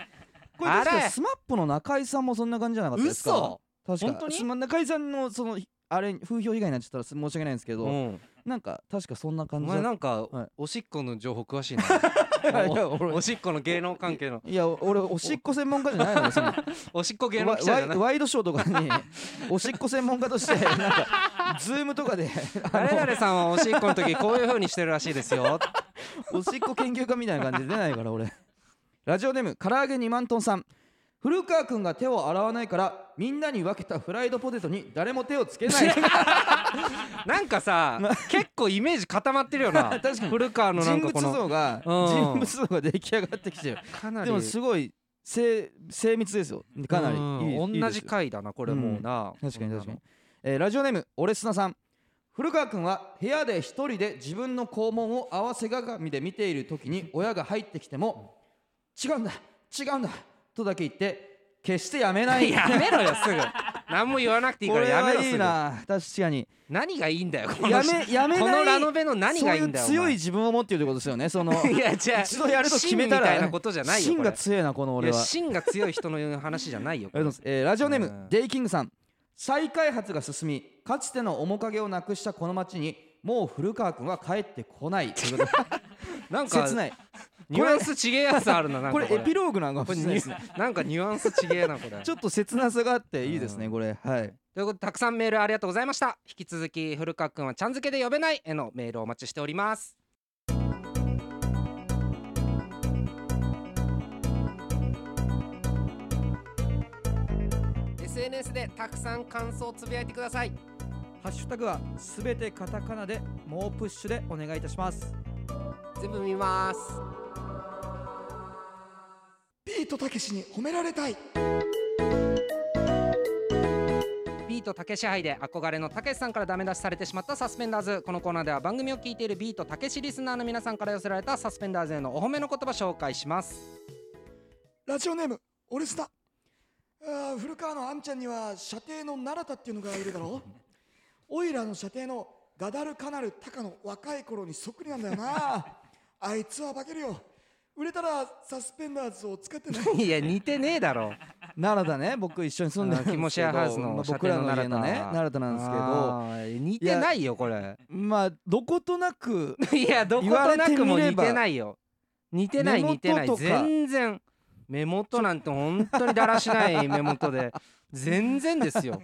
[SPEAKER 2] これ確
[SPEAKER 1] 洗
[SPEAKER 2] か
[SPEAKER 1] え
[SPEAKER 2] スマップの中井さんもそんな感じじゃなかったですか
[SPEAKER 1] 嘘
[SPEAKER 2] 確か
[SPEAKER 1] 本当に
[SPEAKER 2] その中井さんのそのあれ風評被害になっちゃったらす申し訳ないんですけど、
[SPEAKER 1] うん
[SPEAKER 2] なんか確かそんな
[SPEAKER 1] お
[SPEAKER 2] 感じ
[SPEAKER 1] 前
[SPEAKER 2] だ
[SPEAKER 1] な
[SPEAKER 2] っ
[SPEAKER 1] んか
[SPEAKER 2] はい
[SPEAKER 1] おしっこの情報詳しい
[SPEAKER 2] い やい
[SPEAKER 1] な
[SPEAKER 2] や俺
[SPEAKER 1] おしっこの芸能関係 の
[SPEAKER 2] いや俺おしっこ専門家じゃないのよその
[SPEAKER 1] おしっこ芸能記者じゃな
[SPEAKER 2] ワ
[SPEAKER 1] い
[SPEAKER 2] イワイドショーとかにおしっこ専門家 としてなんかズームとかであ
[SPEAKER 1] 誰
[SPEAKER 2] の
[SPEAKER 1] 々さんはおしっこの時こういう風にしてるらしいです よ
[SPEAKER 2] おしっこ研究家みたいな感じで出ないから俺ラジオネーム唐揚げ2万トンさん古川君が手を洗わないからみんなに分けたフライドポテトに誰も手 をつけない
[SPEAKER 1] なんかさ結構イメージ固まってるよな
[SPEAKER 2] 確かに
[SPEAKER 1] 古川のな
[SPEAKER 2] 人
[SPEAKER 1] んか
[SPEAKER 2] 物
[SPEAKER 1] この
[SPEAKER 2] 像が
[SPEAKER 1] うん
[SPEAKER 2] 人物像が出来上がってきてる
[SPEAKER 1] かなり
[SPEAKER 2] でもすごい精精密ですよかなり
[SPEAKER 1] うん
[SPEAKER 2] いいいいですよ
[SPEAKER 1] 同じ回だなこれもうな
[SPEAKER 2] 確かに確かに、えーラジオネームオレスナさん古川君は部屋で一人で自分の肛門を合わせ鏡で見ている時に親が入ってきても「違うんだ違うんだ」とだけ言って決してやめない
[SPEAKER 1] やめろよすぐ何も言わなくていいからやめろ
[SPEAKER 2] これはい
[SPEAKER 1] す
[SPEAKER 2] い
[SPEAKER 1] ぐ
[SPEAKER 2] な確かに
[SPEAKER 1] 何がいいんだよこの
[SPEAKER 2] やめやめない
[SPEAKER 1] このラノベの何がいいんだよ
[SPEAKER 2] そういう強い
[SPEAKER 1] い
[SPEAKER 2] 自分を持っているということですよねその
[SPEAKER 1] いやじゃあ
[SPEAKER 2] 一度やると決めたら
[SPEAKER 1] 芯みたいなことじゃないよ
[SPEAKER 2] 芯
[SPEAKER 1] これ
[SPEAKER 2] が強いなこの俺
[SPEAKER 1] い
[SPEAKER 2] は
[SPEAKER 1] や芯が強い人の話じゃないよ
[SPEAKER 2] ありがとうございます、えーラジオネーム、
[SPEAKER 1] うん
[SPEAKER 2] デイキングさん再開発が進みかつての面影をなくしたこの町にもう古川君は帰ってこ ないということで
[SPEAKER 1] なんか
[SPEAKER 2] 切ない
[SPEAKER 1] ニュアンス違えやつあるななんか
[SPEAKER 2] これエピローグなんか
[SPEAKER 1] こ
[SPEAKER 2] も
[SPEAKER 1] れ
[SPEAKER 2] し
[SPEAKER 1] ニ
[SPEAKER 2] れないで
[SPEAKER 1] ュ
[SPEAKER 2] すね
[SPEAKER 1] なんかニュアンス違えなこれ
[SPEAKER 2] ちょっと切なさがあっていいですね、
[SPEAKER 1] うん
[SPEAKER 2] これはい
[SPEAKER 1] ということでたくさんメールありがとうございました引き続き古川くんはちゃんづけで呼べないへのメールをお待ちしておりますでたくさん感想をつぶやいてください
[SPEAKER 2] ハッシュタグはすべてカタカナで猛プッシュでお願いいたします
[SPEAKER 1] 全部見ます
[SPEAKER 2] ビートたけしに褒められたい
[SPEAKER 1] ビートたけし杯で憧れのたけしさんからダメ出しされてしまったサスペンダーズこのコーナーでは番組を聞いているビートたけしリスナーの皆さんから寄せられたサスペンダーズへのお褒めの言葉紹介します
[SPEAKER 3] ラジオネームオレスタあー古川のあんちゃんには射程の奈良田っていうの がいるだろオイラの射程のガダルカナルタカの若い頃にそっくりなんだよなあいつは化けるよ売れたらサスペンダーズを使ってな い
[SPEAKER 1] いや似てねえだろ
[SPEAKER 2] 奈良だね僕一緒に住んでるん
[SPEAKER 1] キ
[SPEAKER 2] ですけど
[SPEAKER 1] モシェアハウスの
[SPEAKER 2] まあ
[SPEAKER 1] 射
[SPEAKER 2] 僕
[SPEAKER 1] 程
[SPEAKER 2] ら
[SPEAKER 1] の
[SPEAKER 2] の
[SPEAKER 1] 奈
[SPEAKER 2] 家
[SPEAKER 1] 良
[SPEAKER 2] の
[SPEAKER 1] 田
[SPEAKER 2] ね奈良田なんですけど
[SPEAKER 1] ど似てないよこれ
[SPEAKER 2] まあどことなく
[SPEAKER 1] いやどことなくも似てないよ似てない
[SPEAKER 2] 目元
[SPEAKER 1] 似てない
[SPEAKER 2] とか
[SPEAKER 1] 全然目元なんて本当にだらし ない目元で全然ですよ、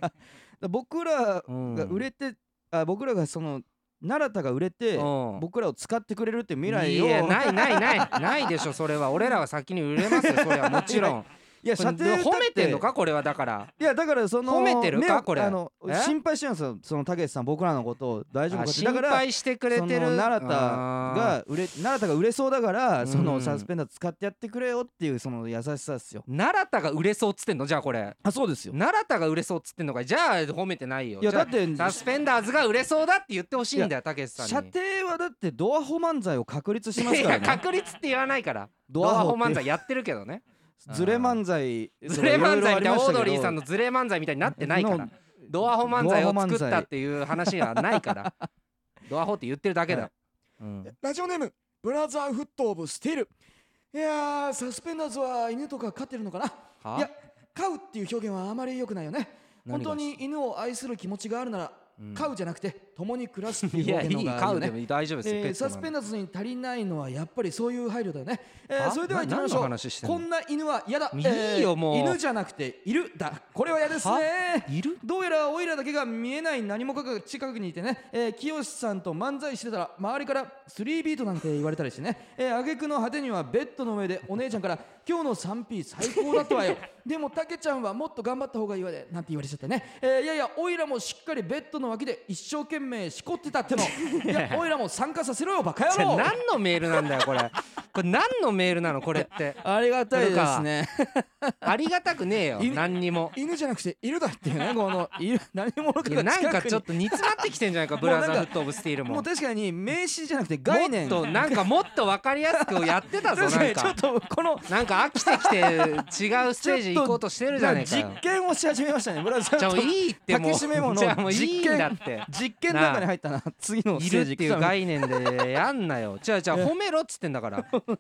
[SPEAKER 2] 僕ら
[SPEAKER 1] うん、
[SPEAKER 2] が売れて、あ僕らがその奈良田が売れて、
[SPEAKER 1] うん
[SPEAKER 2] 僕らを使ってくれるっていう未
[SPEAKER 1] い
[SPEAKER 2] 来を
[SPEAKER 1] やないないないないでしょそれは俺らは先に売れますよそれはもちろん
[SPEAKER 2] いや射程だって
[SPEAKER 1] 褒めてんのかこれはだから
[SPEAKER 2] いやだからその
[SPEAKER 1] 褒めてるか
[SPEAKER 2] 目を
[SPEAKER 1] これ
[SPEAKER 2] あの
[SPEAKER 1] え
[SPEAKER 2] 心配してるんですよそのたけしさん僕らのことを大丈夫か
[SPEAKER 1] あ
[SPEAKER 2] って
[SPEAKER 1] 心
[SPEAKER 2] だから
[SPEAKER 1] 配してくれてる
[SPEAKER 2] その奈良田
[SPEAKER 1] あー
[SPEAKER 2] が売れ奈良田が売れそうだから、
[SPEAKER 1] うん
[SPEAKER 2] そのサスペンダー使ってやってくれよっていうその優しさですよ
[SPEAKER 1] 奈良田が売れそうっつってんのじゃあこれ
[SPEAKER 2] あそうですよ
[SPEAKER 1] 奈良田が売れそうっつってんのかいじゃあ褒めてないよ
[SPEAKER 2] いや
[SPEAKER 1] じゃあ
[SPEAKER 2] だって
[SPEAKER 1] サスペンダーズが売れそうだって言ってほしいんだよたけしさんに
[SPEAKER 2] 射程はだってドアホ漫才を確立しますから
[SPEAKER 1] い
[SPEAKER 2] ね
[SPEAKER 1] や確率って言わないから
[SPEAKER 2] ド
[SPEAKER 1] ドア
[SPEAKER 2] アホ
[SPEAKER 1] ホ
[SPEAKER 2] っていう
[SPEAKER 1] 漫才やってるけど ね
[SPEAKER 2] ズレ漫才
[SPEAKER 1] ズレ漫才みたいなオードリーさん
[SPEAKER 2] の
[SPEAKER 1] のズレ漫才みたいになってないから
[SPEAKER 2] の
[SPEAKER 1] ドアホ漫才を作っ
[SPEAKER 2] ドアホ
[SPEAKER 1] た
[SPEAKER 2] 漫才
[SPEAKER 1] っていう話はないからドアホって言ってるだけだ、うん
[SPEAKER 3] ラジオネームブラザーフットオブスティールいやーサスペンダーズは犬とか飼ってるのかな
[SPEAKER 1] はい
[SPEAKER 3] や飼うっていう表現はあまり良くないよね
[SPEAKER 1] 何
[SPEAKER 3] 本
[SPEAKER 1] が
[SPEAKER 3] 当に犬を愛する気持ちがあるなら飼うじゃなくて
[SPEAKER 2] 共に暮らすっていう
[SPEAKER 1] い
[SPEAKER 2] わ
[SPEAKER 1] や
[SPEAKER 2] け
[SPEAKER 1] い
[SPEAKER 2] の
[SPEAKER 1] い
[SPEAKER 2] が
[SPEAKER 1] 買
[SPEAKER 2] いうい
[SPEAKER 1] で
[SPEAKER 2] ね
[SPEAKER 1] もいい大丈夫ですよ、
[SPEAKER 2] えー
[SPEAKER 1] ペット
[SPEAKER 2] サ
[SPEAKER 1] な
[SPEAKER 2] ス
[SPEAKER 1] ん
[SPEAKER 2] ペ
[SPEAKER 1] で
[SPEAKER 2] ンダーズに足りないのはやっぱりそういう配慮だよね、えー
[SPEAKER 1] は
[SPEAKER 2] それでは行ってみましょ
[SPEAKER 1] な
[SPEAKER 2] う
[SPEAKER 1] 何の話してんの
[SPEAKER 2] こんな犬は嫌だ
[SPEAKER 1] いいよもう
[SPEAKER 2] 犬じゃなくているだこれは嫌ですね
[SPEAKER 1] いる
[SPEAKER 2] どうやらオイラだけが見えない何もかが近くにいてね、えー、清さんと漫才してたら周りから3ビートなんて言われたりしてね、えー、挙句の果てにはベッドの上でお姉ちゃんから「今日の 3P 最高だっ たわよ」「でもたけちゃんはもっと頑張った方がいいわね」なんて言われちゃってね、えー、いやいやオイラもしっかりベッドの脇で一生懸命しこって たってのいやオイラも参加させろよバカ
[SPEAKER 1] じゃ
[SPEAKER 2] 野
[SPEAKER 1] あ
[SPEAKER 2] 郎
[SPEAKER 1] 何のメールなんだよこれこれ何のメールなのこれって
[SPEAKER 2] ありがたいですね。
[SPEAKER 1] ありがたくねえよ
[SPEAKER 2] い
[SPEAKER 1] 何にも
[SPEAKER 2] 犬じゃなくているだっていうねこのいる何者かが
[SPEAKER 1] い
[SPEAKER 2] 近く
[SPEAKER 1] や
[SPEAKER 2] に
[SPEAKER 1] なんかちょっと煮詰まってきてんじゃない かブラザーフット・オブ・スティールも
[SPEAKER 2] もう確かに名詞じゃなくて概念
[SPEAKER 1] もっとなんかもっと分かりやすくやって たぞな
[SPEAKER 2] 確か
[SPEAKER 1] ん
[SPEAKER 2] にちょっ
[SPEAKER 1] か
[SPEAKER 2] とこの
[SPEAKER 1] なんか飽きてきて違うステージ行こうとしてるじゃねえかよ
[SPEAKER 2] 実験をし始めましたねブラザー
[SPEAKER 1] じゃあいいっても
[SPEAKER 2] 竹締めも
[SPEAKER 1] う
[SPEAKER 2] の
[SPEAKER 1] じゃあもういいん
[SPEAKER 2] 実
[SPEAKER 1] だ
[SPEAKER 2] 験
[SPEAKER 1] って
[SPEAKER 2] 実験の中に入ったな次の
[SPEAKER 1] い
[SPEAKER 2] ステ
[SPEAKER 1] る
[SPEAKER 2] ー
[SPEAKER 1] っ
[SPEAKER 2] ジ
[SPEAKER 1] ていう概念でやんな よじゃあじゃあ褒めろっつってんだからな
[SPEAKER 2] あ
[SPEAKER 1] あ
[SPEAKER 2] りがとう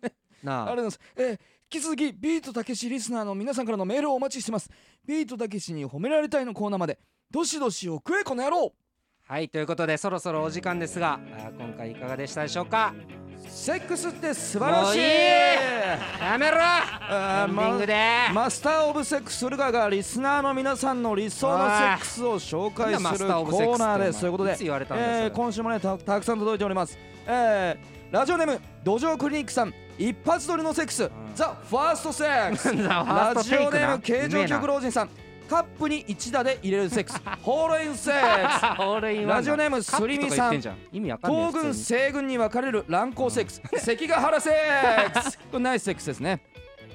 [SPEAKER 2] ございます。えー引き続きビートたけしリスナーの皆さんからのメールをお待ちしてます。ビートたけしに褒められたいのコーナーまでどしどしおくれこの野郎。
[SPEAKER 1] はいということでそろそろお時間ですがあー今回いかがでしたでしょうか
[SPEAKER 2] セックスって素晴らしい。
[SPEAKER 1] もういいやめろ
[SPEAKER 2] あ
[SPEAKER 1] エ
[SPEAKER 2] ー
[SPEAKER 1] ンディングで
[SPEAKER 2] マスター・オブ・セックスするががリスナーの皆さんの理想のセックスを紹介
[SPEAKER 1] おい
[SPEAKER 2] するコーナーですということで
[SPEAKER 1] いつ言われたんだよそれ
[SPEAKER 2] えー今週もねたたくさん届いております、えーラジオネーム土壌クリニックさん一発撮りのセックス、ザ・ファーストセックス
[SPEAKER 1] ザファ
[SPEAKER 2] ラ
[SPEAKER 1] ースト
[SPEAKER 2] ジ
[SPEAKER 1] テイ
[SPEAKER 2] オ
[SPEAKER 1] ク
[SPEAKER 2] ネ
[SPEAKER 1] な
[SPEAKER 2] ーム形状曲老人さんカップに一打で入れるセッ クスホールインセックス
[SPEAKER 1] あオールインワンだ
[SPEAKER 2] ラジオネー
[SPEAKER 1] カ
[SPEAKER 2] ム
[SPEAKER 1] ップとか言ってじゃ意味わかんない
[SPEAKER 2] 東軍西軍に分かれる乱高セックス、関ヶ原セ ックスこれナイスセックスですね、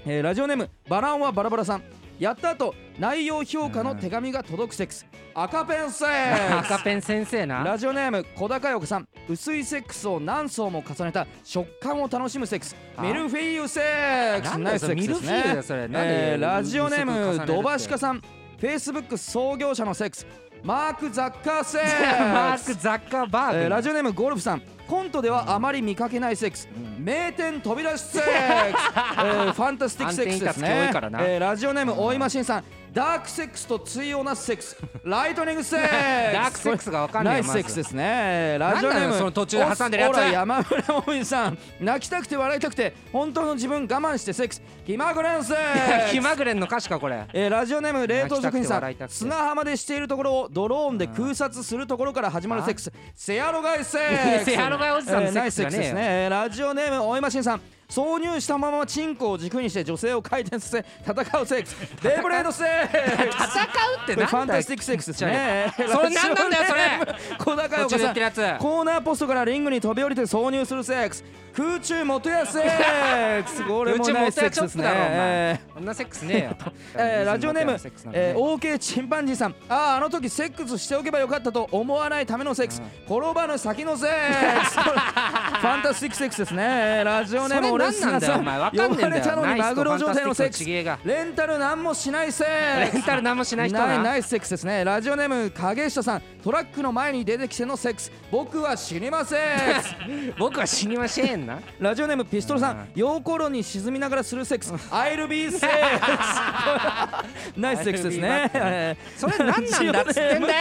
[SPEAKER 2] えーラジオネームバランはバラバラさんやった後内容評価の手紙が届くセックス赤ペンセックス
[SPEAKER 1] 赤ペン先生な
[SPEAKER 2] ラジオネーム小高よ子さん薄いセックスを何層も重ねた食感を楽しむセックス
[SPEAKER 1] あ
[SPEAKER 2] ミルフィーユセックス
[SPEAKER 1] なんだよ
[SPEAKER 2] ナイスセック
[SPEAKER 1] ミ
[SPEAKER 2] スです
[SPEAKER 1] ルフィーユだ
[SPEAKER 2] ね
[SPEAKER 1] よそれなんで
[SPEAKER 2] えーラジオネ
[SPEAKER 1] 薄く重ねる
[SPEAKER 2] ー
[SPEAKER 1] っ
[SPEAKER 2] ム
[SPEAKER 1] て
[SPEAKER 2] ドバシカさんフェイスブック創業者のセックスマーク・ザッカーセック
[SPEAKER 1] マ
[SPEAKER 2] ス
[SPEAKER 1] ーク・ザッカーバー
[SPEAKER 2] え
[SPEAKER 1] グ
[SPEAKER 2] ーラジ
[SPEAKER 1] オ
[SPEAKER 2] オネームゴルフさんコントではあまり見かけないセックス、名店飛び出しセック ス、えーファンタスティックセックスです
[SPEAKER 1] 反転いか
[SPEAKER 2] ね
[SPEAKER 1] つき多いからな
[SPEAKER 2] えーラジオネーム大井マシンさんダークセックスと対応なすセックスライトニングセックス
[SPEAKER 1] ダークセックスがわかんねえ
[SPEAKER 2] ナ
[SPEAKER 1] よ
[SPEAKER 2] イスセックスですねえー
[SPEAKER 1] ず
[SPEAKER 2] ラジオ
[SPEAKER 1] な
[SPEAKER 2] ネ
[SPEAKER 1] ん
[SPEAKER 2] ー
[SPEAKER 1] な
[SPEAKER 2] ム
[SPEAKER 1] のその途中で挟んでるやつ
[SPEAKER 2] オスオラ山村もみさん泣きたくて笑いたくて本当の自分我慢してセックス気まぐれんセック ス
[SPEAKER 1] 気まぐれんの歌詞かこれ
[SPEAKER 2] えーラジオネーム冷凍食品
[SPEAKER 1] 泣きたくて
[SPEAKER 2] さ
[SPEAKER 1] 笑いた
[SPEAKER 2] ん
[SPEAKER 1] くて
[SPEAKER 2] 砂浜でしているところをドローンで空撮するところから始まるセックスセアロガイセッ クス
[SPEAKER 1] セアロガイおじさんの
[SPEAKER 2] えーナイス
[SPEAKER 1] セッ
[SPEAKER 2] セッ
[SPEAKER 1] ク
[SPEAKER 2] ク
[SPEAKER 1] スがね
[SPEAKER 2] スですねえーラジオネームおいましんさん挿入したままチンコを軸にして女性を回転させ戦うセック スデイブレードセックス
[SPEAKER 1] 戦うって
[SPEAKER 2] これ
[SPEAKER 1] なんだよ
[SPEAKER 2] ファンタスティックセックスですね
[SPEAKER 1] ちっちゃいそれ何なんだよそれ
[SPEAKER 2] 小高い
[SPEAKER 1] 途
[SPEAKER 2] お
[SPEAKER 1] 中で
[SPEAKER 2] 子
[SPEAKER 1] 言
[SPEAKER 2] さ
[SPEAKER 1] っ
[SPEAKER 2] ん
[SPEAKER 1] てるやつ
[SPEAKER 2] コーナーポストからリングに飛び降りて挿入するセックス空中元やセックスこれ
[SPEAKER 1] う
[SPEAKER 2] も
[SPEAKER 1] ち
[SPEAKER 2] ナ
[SPEAKER 1] モ
[SPEAKER 2] イス
[SPEAKER 1] テ
[SPEAKER 2] セッ
[SPEAKER 1] は
[SPEAKER 2] ク
[SPEAKER 1] チョ
[SPEAKER 2] スで
[SPEAKER 1] ッ
[SPEAKER 2] す
[SPEAKER 1] プ
[SPEAKER 2] ね
[SPEAKER 1] だろお
[SPEAKER 2] えー
[SPEAKER 1] 前こんなセックスねえ
[SPEAKER 2] え
[SPEAKER 1] よ
[SPEAKER 2] ーラジオネーム、えー、
[SPEAKER 1] お
[SPEAKER 2] OK チンパンジーさんあああの時セックスしておけばよかったと思わないためのセックス、転ばぬ先のセック スこれファンタスティックセックスですねえーラジオネ
[SPEAKER 1] そ
[SPEAKER 2] ーム
[SPEAKER 1] れ
[SPEAKER 2] 俺
[SPEAKER 1] 何なんだよお前わかんねえんだよ
[SPEAKER 2] 呼ばれたのにマグロ状態のセック
[SPEAKER 1] ナイスとファンタスティックの違えが
[SPEAKER 2] スレンタル何もしないセックス
[SPEAKER 1] レンタル何もしない人
[SPEAKER 2] ない
[SPEAKER 1] な
[SPEAKER 2] ナイスセックスですねラジオネーム影下さんトラックの前に出てきてのセックス僕は死に ません
[SPEAKER 1] 僕は死にましぇんな
[SPEAKER 2] ラジオネームピストルさん溶鉱炉に沈みながらするセックス I'll be safe ナイスセック スですねえー
[SPEAKER 1] それ何なんだっつってんだよ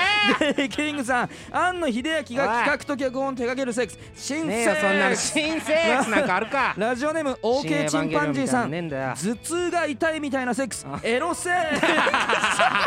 [SPEAKER 2] デイキングさん庵野秀明が企画と脚本を手掛けるセックス新
[SPEAKER 1] ねえ
[SPEAKER 2] セ
[SPEAKER 1] よそんなの
[SPEAKER 2] ックス
[SPEAKER 1] 新セックスなんかあるか
[SPEAKER 2] ラジオネーム
[SPEAKER 1] 新エ
[SPEAKER 2] OK
[SPEAKER 1] ヴ
[SPEAKER 2] チ
[SPEAKER 1] ァン
[SPEAKER 2] ン
[SPEAKER 1] ゲリオ
[SPEAKER 2] パ
[SPEAKER 1] ン
[SPEAKER 2] ン
[SPEAKER 1] み
[SPEAKER 2] ジ
[SPEAKER 1] たい
[SPEAKER 2] ー
[SPEAKER 1] な
[SPEAKER 2] さ
[SPEAKER 1] の
[SPEAKER 2] ん
[SPEAKER 1] ねえんだよ
[SPEAKER 2] 頭痛が痛いみたいなセックスエロ セック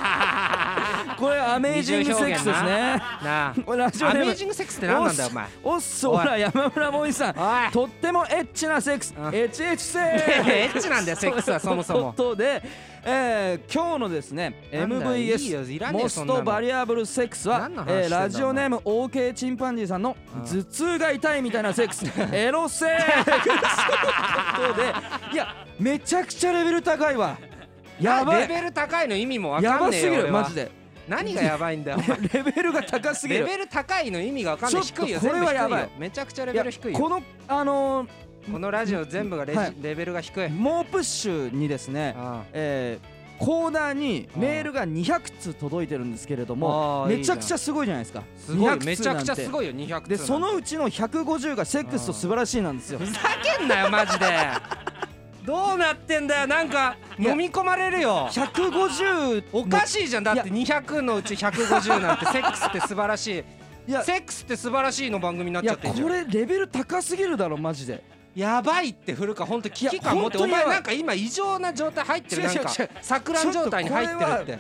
[SPEAKER 2] スこれアメージングセックスです
[SPEAKER 1] な
[SPEAKER 2] ね
[SPEAKER 1] な
[SPEAKER 2] これラジオネーム
[SPEAKER 1] アメージングセックスって何なんだよお前
[SPEAKER 2] おっそら山村もいさ
[SPEAKER 1] おい
[SPEAKER 2] んとってもエッチなセックス
[SPEAKER 1] ん
[SPEAKER 2] エッチエッチセ
[SPEAKER 1] いやいやエ
[SPEAKER 2] ック
[SPEAKER 1] ッチなんだよセッ クスはそもそ
[SPEAKER 2] という
[SPEAKER 1] も
[SPEAKER 2] ことで、えー今日のですね
[SPEAKER 1] なんだよいいよい
[SPEAKER 2] MVS
[SPEAKER 1] らねえそ
[SPEAKER 2] モス
[SPEAKER 1] んなの
[SPEAKER 2] トバリアブルセックスは
[SPEAKER 1] 何の話してんだ
[SPEAKER 2] えーラジオネーム OK チンパンジーさんの頭痛が痛いみたいなセッ クスエロセックスということでいやめちゃくちゃレベル高いわやば
[SPEAKER 1] レ
[SPEAKER 2] い
[SPEAKER 1] ベル高いの意味もわ
[SPEAKER 2] や
[SPEAKER 1] かん
[SPEAKER 2] ば
[SPEAKER 1] ねえ
[SPEAKER 2] す
[SPEAKER 1] よ
[SPEAKER 2] ぎ
[SPEAKER 1] 俺
[SPEAKER 2] る
[SPEAKER 1] は
[SPEAKER 2] マジで
[SPEAKER 1] 何がやばいんだよ お前
[SPEAKER 2] レベルが高すぎ
[SPEAKER 1] レ
[SPEAKER 2] る
[SPEAKER 1] ベル高いの意味がわかんない
[SPEAKER 2] ちょっと
[SPEAKER 1] 低いよ
[SPEAKER 2] これは
[SPEAKER 1] 全部低いよ
[SPEAKER 2] やばい
[SPEAKER 1] めちゃくちゃレ
[SPEAKER 2] い
[SPEAKER 1] ベ
[SPEAKER 2] や
[SPEAKER 1] ル低いよ
[SPEAKER 2] このあのー
[SPEAKER 1] このラジオ全部がレジ
[SPEAKER 2] はい
[SPEAKER 1] レベルが低い
[SPEAKER 2] 猛プッシュにですね、
[SPEAKER 1] あ
[SPEAKER 2] えーコーナーにメールが200通届いてるんですけれど
[SPEAKER 1] あ
[SPEAKER 2] も
[SPEAKER 1] ー
[SPEAKER 2] めちゃくちゃすごいじゃないですか
[SPEAKER 1] あすごい
[SPEAKER 2] 200
[SPEAKER 1] めちゃくちゃ
[SPEAKER 2] 通な
[SPEAKER 1] す
[SPEAKER 2] んて
[SPEAKER 1] ごいよ200
[SPEAKER 2] でその
[SPEAKER 1] ふ
[SPEAKER 2] うちの150がセックスと素晴らしいなんですよ
[SPEAKER 1] ざけんなよマ ジでどうなってんだよなんか
[SPEAKER 2] いや
[SPEAKER 1] 飲み込まれるよ
[SPEAKER 2] 150
[SPEAKER 1] おかしいじゃんだって200のうち150なんてセックスって素晴らしい
[SPEAKER 2] いや
[SPEAKER 1] セックスって素晴らしいの番組になっ
[SPEAKER 2] い
[SPEAKER 1] ちゃ
[SPEAKER 2] や
[SPEAKER 1] ってん
[SPEAKER 2] こ
[SPEAKER 1] じゃん
[SPEAKER 2] れレベル高すぎるだろマジで
[SPEAKER 1] やばいって古川本当危機感持って
[SPEAKER 2] いや
[SPEAKER 1] お
[SPEAKER 2] 本当にや
[SPEAKER 1] 前
[SPEAKER 2] ばい
[SPEAKER 1] なんか今異常な状態入ってる
[SPEAKER 2] 違う
[SPEAKER 1] なんか
[SPEAKER 2] 違う違う
[SPEAKER 1] 錯乱状態に入ってるって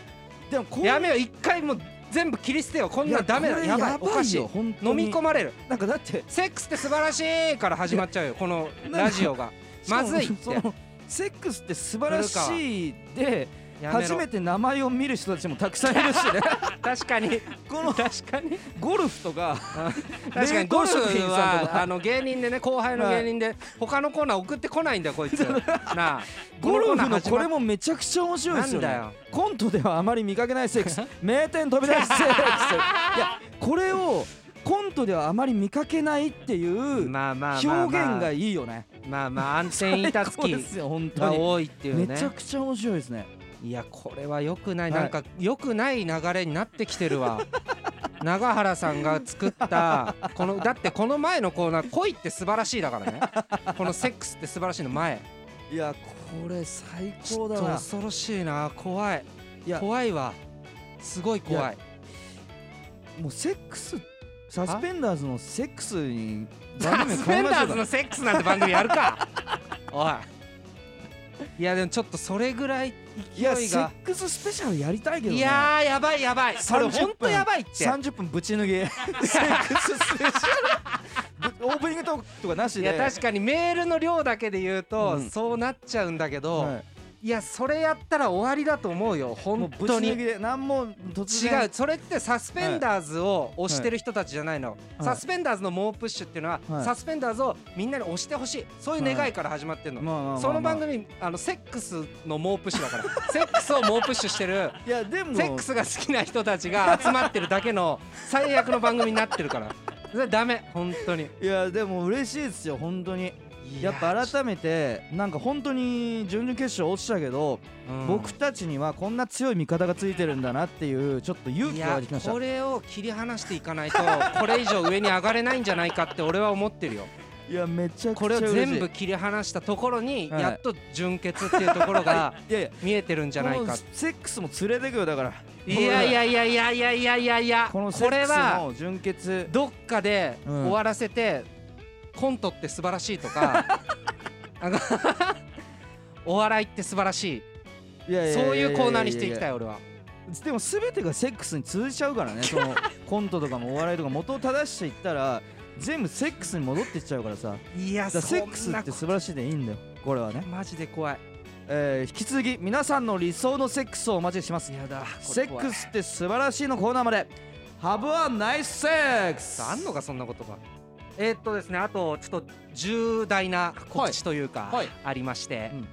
[SPEAKER 2] でもこう
[SPEAKER 1] やめよ一回もう全部切り捨てよこん
[SPEAKER 2] い
[SPEAKER 1] な
[SPEAKER 2] や
[SPEAKER 1] んダメだ
[SPEAKER 2] これ
[SPEAKER 1] やばい
[SPEAKER 2] よ
[SPEAKER 1] おかしい
[SPEAKER 2] 本当
[SPEAKER 1] 飲
[SPEAKER 2] に
[SPEAKER 1] み込まれる
[SPEAKER 2] なんかだって
[SPEAKER 1] セックスって素晴らしいから始まっちゃうよこのラジオがまずいっ
[SPEAKER 2] しか
[SPEAKER 1] て
[SPEAKER 2] もそのセックスって素晴らしいで
[SPEAKER 1] やめ
[SPEAKER 2] 初
[SPEAKER 1] ろ
[SPEAKER 2] めて名前を見る人たちもたくさんいるしね
[SPEAKER 1] 確かに
[SPEAKER 2] この
[SPEAKER 1] 確かに
[SPEAKER 2] ゴルフとか
[SPEAKER 1] 確か
[SPEAKER 2] 冷
[SPEAKER 1] にゴ
[SPEAKER 2] 凍
[SPEAKER 1] ル
[SPEAKER 2] 食
[SPEAKER 1] フ
[SPEAKER 2] 品さんと
[SPEAKER 1] は
[SPEAKER 2] か
[SPEAKER 1] あの芸人でね後輩の芸人で他のコーナー送ってこないんだよこいつ なあ
[SPEAKER 2] ゴルフの
[SPEAKER 1] 始ま
[SPEAKER 2] これもめちゃくちゃ面白いですよ,、ね、
[SPEAKER 1] なんだよ
[SPEAKER 2] コントではあまり見かけないセック ス名店飛び出しセックスいやこれをコントではあまり見かけないっていう
[SPEAKER 1] まあまあ
[SPEAKER 2] 表現
[SPEAKER 1] まあまあ
[SPEAKER 2] がいいよね
[SPEAKER 1] まあまあ安全板付
[SPEAKER 2] 最高
[SPEAKER 1] き
[SPEAKER 2] ですよ本当
[SPEAKER 1] が
[SPEAKER 2] に
[SPEAKER 1] 多いっていう
[SPEAKER 2] め
[SPEAKER 1] ね
[SPEAKER 2] ちゃくちゃ面白いですね
[SPEAKER 1] いやこれは良くない、
[SPEAKER 2] はい
[SPEAKER 1] なんか良くない流れになってきてるわ 永原さんが作ったこのだってこの前のコーナー「恋って素晴らしい」だからねこの「セックスって素晴らしい」の前
[SPEAKER 2] いやこれ最
[SPEAKER 1] ちょ
[SPEAKER 2] 高
[SPEAKER 1] っと
[SPEAKER 2] だな
[SPEAKER 1] 恐ろしいな怖い
[SPEAKER 2] いや
[SPEAKER 1] 怖いわすごい怖い
[SPEAKER 2] もうセックスサスペンダーズのセックスに
[SPEAKER 1] サスペンダーズ
[SPEAKER 2] う
[SPEAKER 1] のセックスなんて番組やるか おいいやでもちょっとそれぐらい
[SPEAKER 2] いや
[SPEAKER 1] 勢い
[SPEAKER 2] セッ
[SPEAKER 1] が
[SPEAKER 2] クススペシャルやりたいけど
[SPEAKER 1] い
[SPEAKER 2] ね
[SPEAKER 1] やーやばいやばいそれ
[SPEAKER 2] 30
[SPEAKER 1] ほんとやばいって
[SPEAKER 2] 30分ぶち 脱げセックススペシャルぶオープニングトークとかなし
[SPEAKER 1] い
[SPEAKER 2] で
[SPEAKER 1] や確かにメールの量だけで言うと、
[SPEAKER 2] うん
[SPEAKER 1] そうなっちゃうんだけど、
[SPEAKER 2] はい
[SPEAKER 1] い、やそれやったら終わりだと思うよ
[SPEAKER 2] もう
[SPEAKER 1] 本
[SPEAKER 2] ぶ
[SPEAKER 1] 当
[SPEAKER 2] ち
[SPEAKER 1] に
[SPEAKER 2] 脱ぎ
[SPEAKER 1] 違う
[SPEAKER 2] で何も突然
[SPEAKER 1] それってサスペンダーズを推してる人たちじゃないの、
[SPEAKER 2] い
[SPEAKER 1] サスペンダーズの猛プッシュっていうのは、
[SPEAKER 2] はい
[SPEAKER 1] サスペンダーズをみんなに推してほしいそういう願いから始まってるの、
[SPEAKER 2] まあまあまあまあ
[SPEAKER 1] その番組あのセックスの猛プッシュだからセックスを猛プッシュしてる
[SPEAKER 2] いやでも
[SPEAKER 1] セックスが好きな人たちが集まってるだけの最悪の番組になってるからそれダメ本当に
[SPEAKER 2] いやでも嬉しいですよ本当に
[SPEAKER 1] い
[SPEAKER 2] やっぱ
[SPEAKER 1] ちょ
[SPEAKER 2] 改めてなんか本当に準々決勝落ちたけど、
[SPEAKER 1] うん
[SPEAKER 2] 僕たちにはこんな強い味方がついてるんだなっていうちょっと勇
[SPEAKER 1] い
[SPEAKER 2] 気が
[SPEAKER 1] や
[SPEAKER 2] 湧いてきました
[SPEAKER 1] これを切り離していかないと これ以上上に上がれないんじゃないかって俺は思ってるよ
[SPEAKER 2] いやめちゃくち
[SPEAKER 1] こ
[SPEAKER 2] ゃ
[SPEAKER 1] れを
[SPEAKER 2] 嬉しい
[SPEAKER 1] 全部切り離したところに
[SPEAKER 2] はい
[SPEAKER 1] やっと純潔っていうところ が
[SPEAKER 2] いやいや
[SPEAKER 1] 見えてるんじゃない
[SPEAKER 2] こ
[SPEAKER 1] か
[SPEAKER 2] のセックスも連れてくよだから
[SPEAKER 1] いやいやいやいやいやいやいやいや
[SPEAKER 2] このセ
[SPEAKER 1] こ
[SPEAKER 2] ッ
[SPEAKER 1] れ
[SPEAKER 2] クス
[SPEAKER 1] は
[SPEAKER 2] の純潔
[SPEAKER 1] どっかで
[SPEAKER 2] うん
[SPEAKER 1] 終わらせてコントって素晴らしいと かなんかお笑いって素晴らしい
[SPEAKER 2] いややや
[SPEAKER 1] そういうコーナーにしていき
[SPEAKER 2] や
[SPEAKER 1] たい俺は
[SPEAKER 2] やでも全てがセックスに通じちゃうか らねそのコントとかもお笑いとか元を正していったら全部セックスに戻っていっちゃうからさだか
[SPEAKER 1] いや
[SPEAKER 2] らセックスって素晴らしいでいいんだよこれはね、
[SPEAKER 1] マジで怖い
[SPEAKER 2] えー引き続き皆さんの理想のセックスをお待ちしてます
[SPEAKER 1] やだ
[SPEAKER 2] セックスって素晴らしいのコーナーまでハブはナイスセックス
[SPEAKER 1] あんのかそんなことがえーっとですねあとちょっと重大な告知というか、
[SPEAKER 2] はいはい
[SPEAKER 1] ありまして、
[SPEAKER 2] うん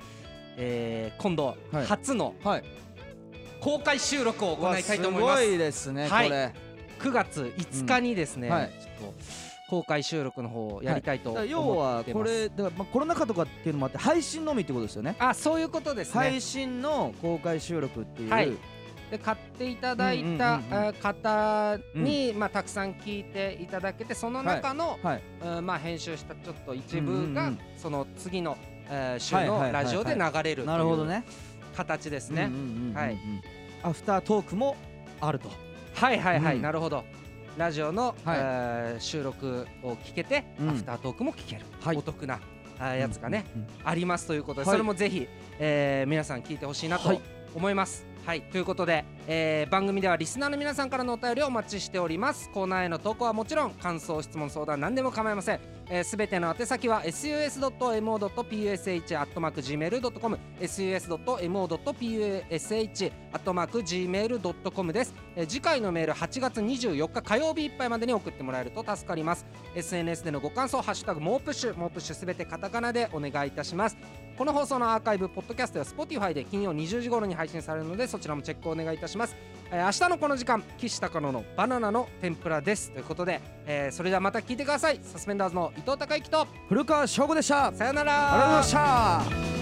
[SPEAKER 1] えー今度、
[SPEAKER 2] はい
[SPEAKER 1] 初の
[SPEAKER 2] はい
[SPEAKER 1] 公開収録を行いたいと思い
[SPEAKER 2] わ
[SPEAKER 1] ますす
[SPEAKER 2] ごいですね、
[SPEAKER 1] はい
[SPEAKER 2] これ
[SPEAKER 1] 9月5日にですね、
[SPEAKER 2] うんはい
[SPEAKER 1] ちょっと公開収録の方をやりたいと
[SPEAKER 2] だ
[SPEAKER 1] 思
[SPEAKER 2] か
[SPEAKER 1] っ
[SPEAKER 2] ら
[SPEAKER 1] てます、
[SPEAKER 2] 要はこれだからまあコロナ禍とかっていうのもあって配信のみってことですよね
[SPEAKER 1] あそういうことですね、
[SPEAKER 2] 配信の公開収録っていう、
[SPEAKER 1] はいで買っていただいた
[SPEAKER 2] うんうんうんうん
[SPEAKER 1] あ方に、まあ、たくさん聞いていただけてその中の、
[SPEAKER 2] はい
[SPEAKER 1] うんまあ、編集したちょっと一
[SPEAKER 2] うん
[SPEAKER 1] 部
[SPEAKER 2] うん
[SPEAKER 1] が、
[SPEAKER 2] うん
[SPEAKER 1] その次の、えー週
[SPEAKER 2] はいはいはい
[SPEAKER 1] の
[SPEAKER 2] はい
[SPEAKER 1] ラジオで流れると
[SPEAKER 2] なるほど
[SPEAKER 1] いう
[SPEAKER 2] ね
[SPEAKER 1] 形です
[SPEAKER 2] うん
[SPEAKER 1] ね
[SPEAKER 2] うん。うんうん
[SPEAKER 1] はい
[SPEAKER 2] アフタートークもあると
[SPEAKER 1] はいはいはい、
[SPEAKER 2] うん
[SPEAKER 1] なるほど。ラジオの、
[SPEAKER 2] はい
[SPEAKER 1] えー収録を聞けて、
[SPEAKER 2] うん
[SPEAKER 1] アフタートークも聞ける、
[SPEAKER 2] はい
[SPEAKER 1] お得なあーやつがね、
[SPEAKER 2] うんうん
[SPEAKER 1] ありますということで、
[SPEAKER 2] は
[SPEAKER 1] そ
[SPEAKER 2] い
[SPEAKER 1] れもぜひ、えー皆さん聞いてほしいな
[SPEAKER 2] は
[SPEAKER 1] と
[SPEAKER 2] い
[SPEAKER 1] 思います。はい、ということで、えー番組ではリスナーの皆さんからのお便りをお待ちしておりますコーナーへの投稿はもちろん感想質問相談何でも構いませんすべ、全ての宛先は sus.mo.push.gmail.com sus.mo.push.gmail.com です、えー次回のメール8月24日火曜日いっぱいまでに送ってもらえると助かります SNS でのご感想「ハッシュタグもうプッシュ」もうプッシュすべてカタカナでお願いいたしますこの放送のアーカイブポッドキャストや Spotify で金曜20時頃に配信されるのでそちらもチェックお願いいたします、えー明日のこの時間岸高野のバナナの天ぷらですということで、えーそれではまた聞いてくださいサスペンダーズの伊藤孝之と
[SPEAKER 2] 古川翔吾でしたありがとう
[SPEAKER 1] さよなら
[SPEAKER 2] ございました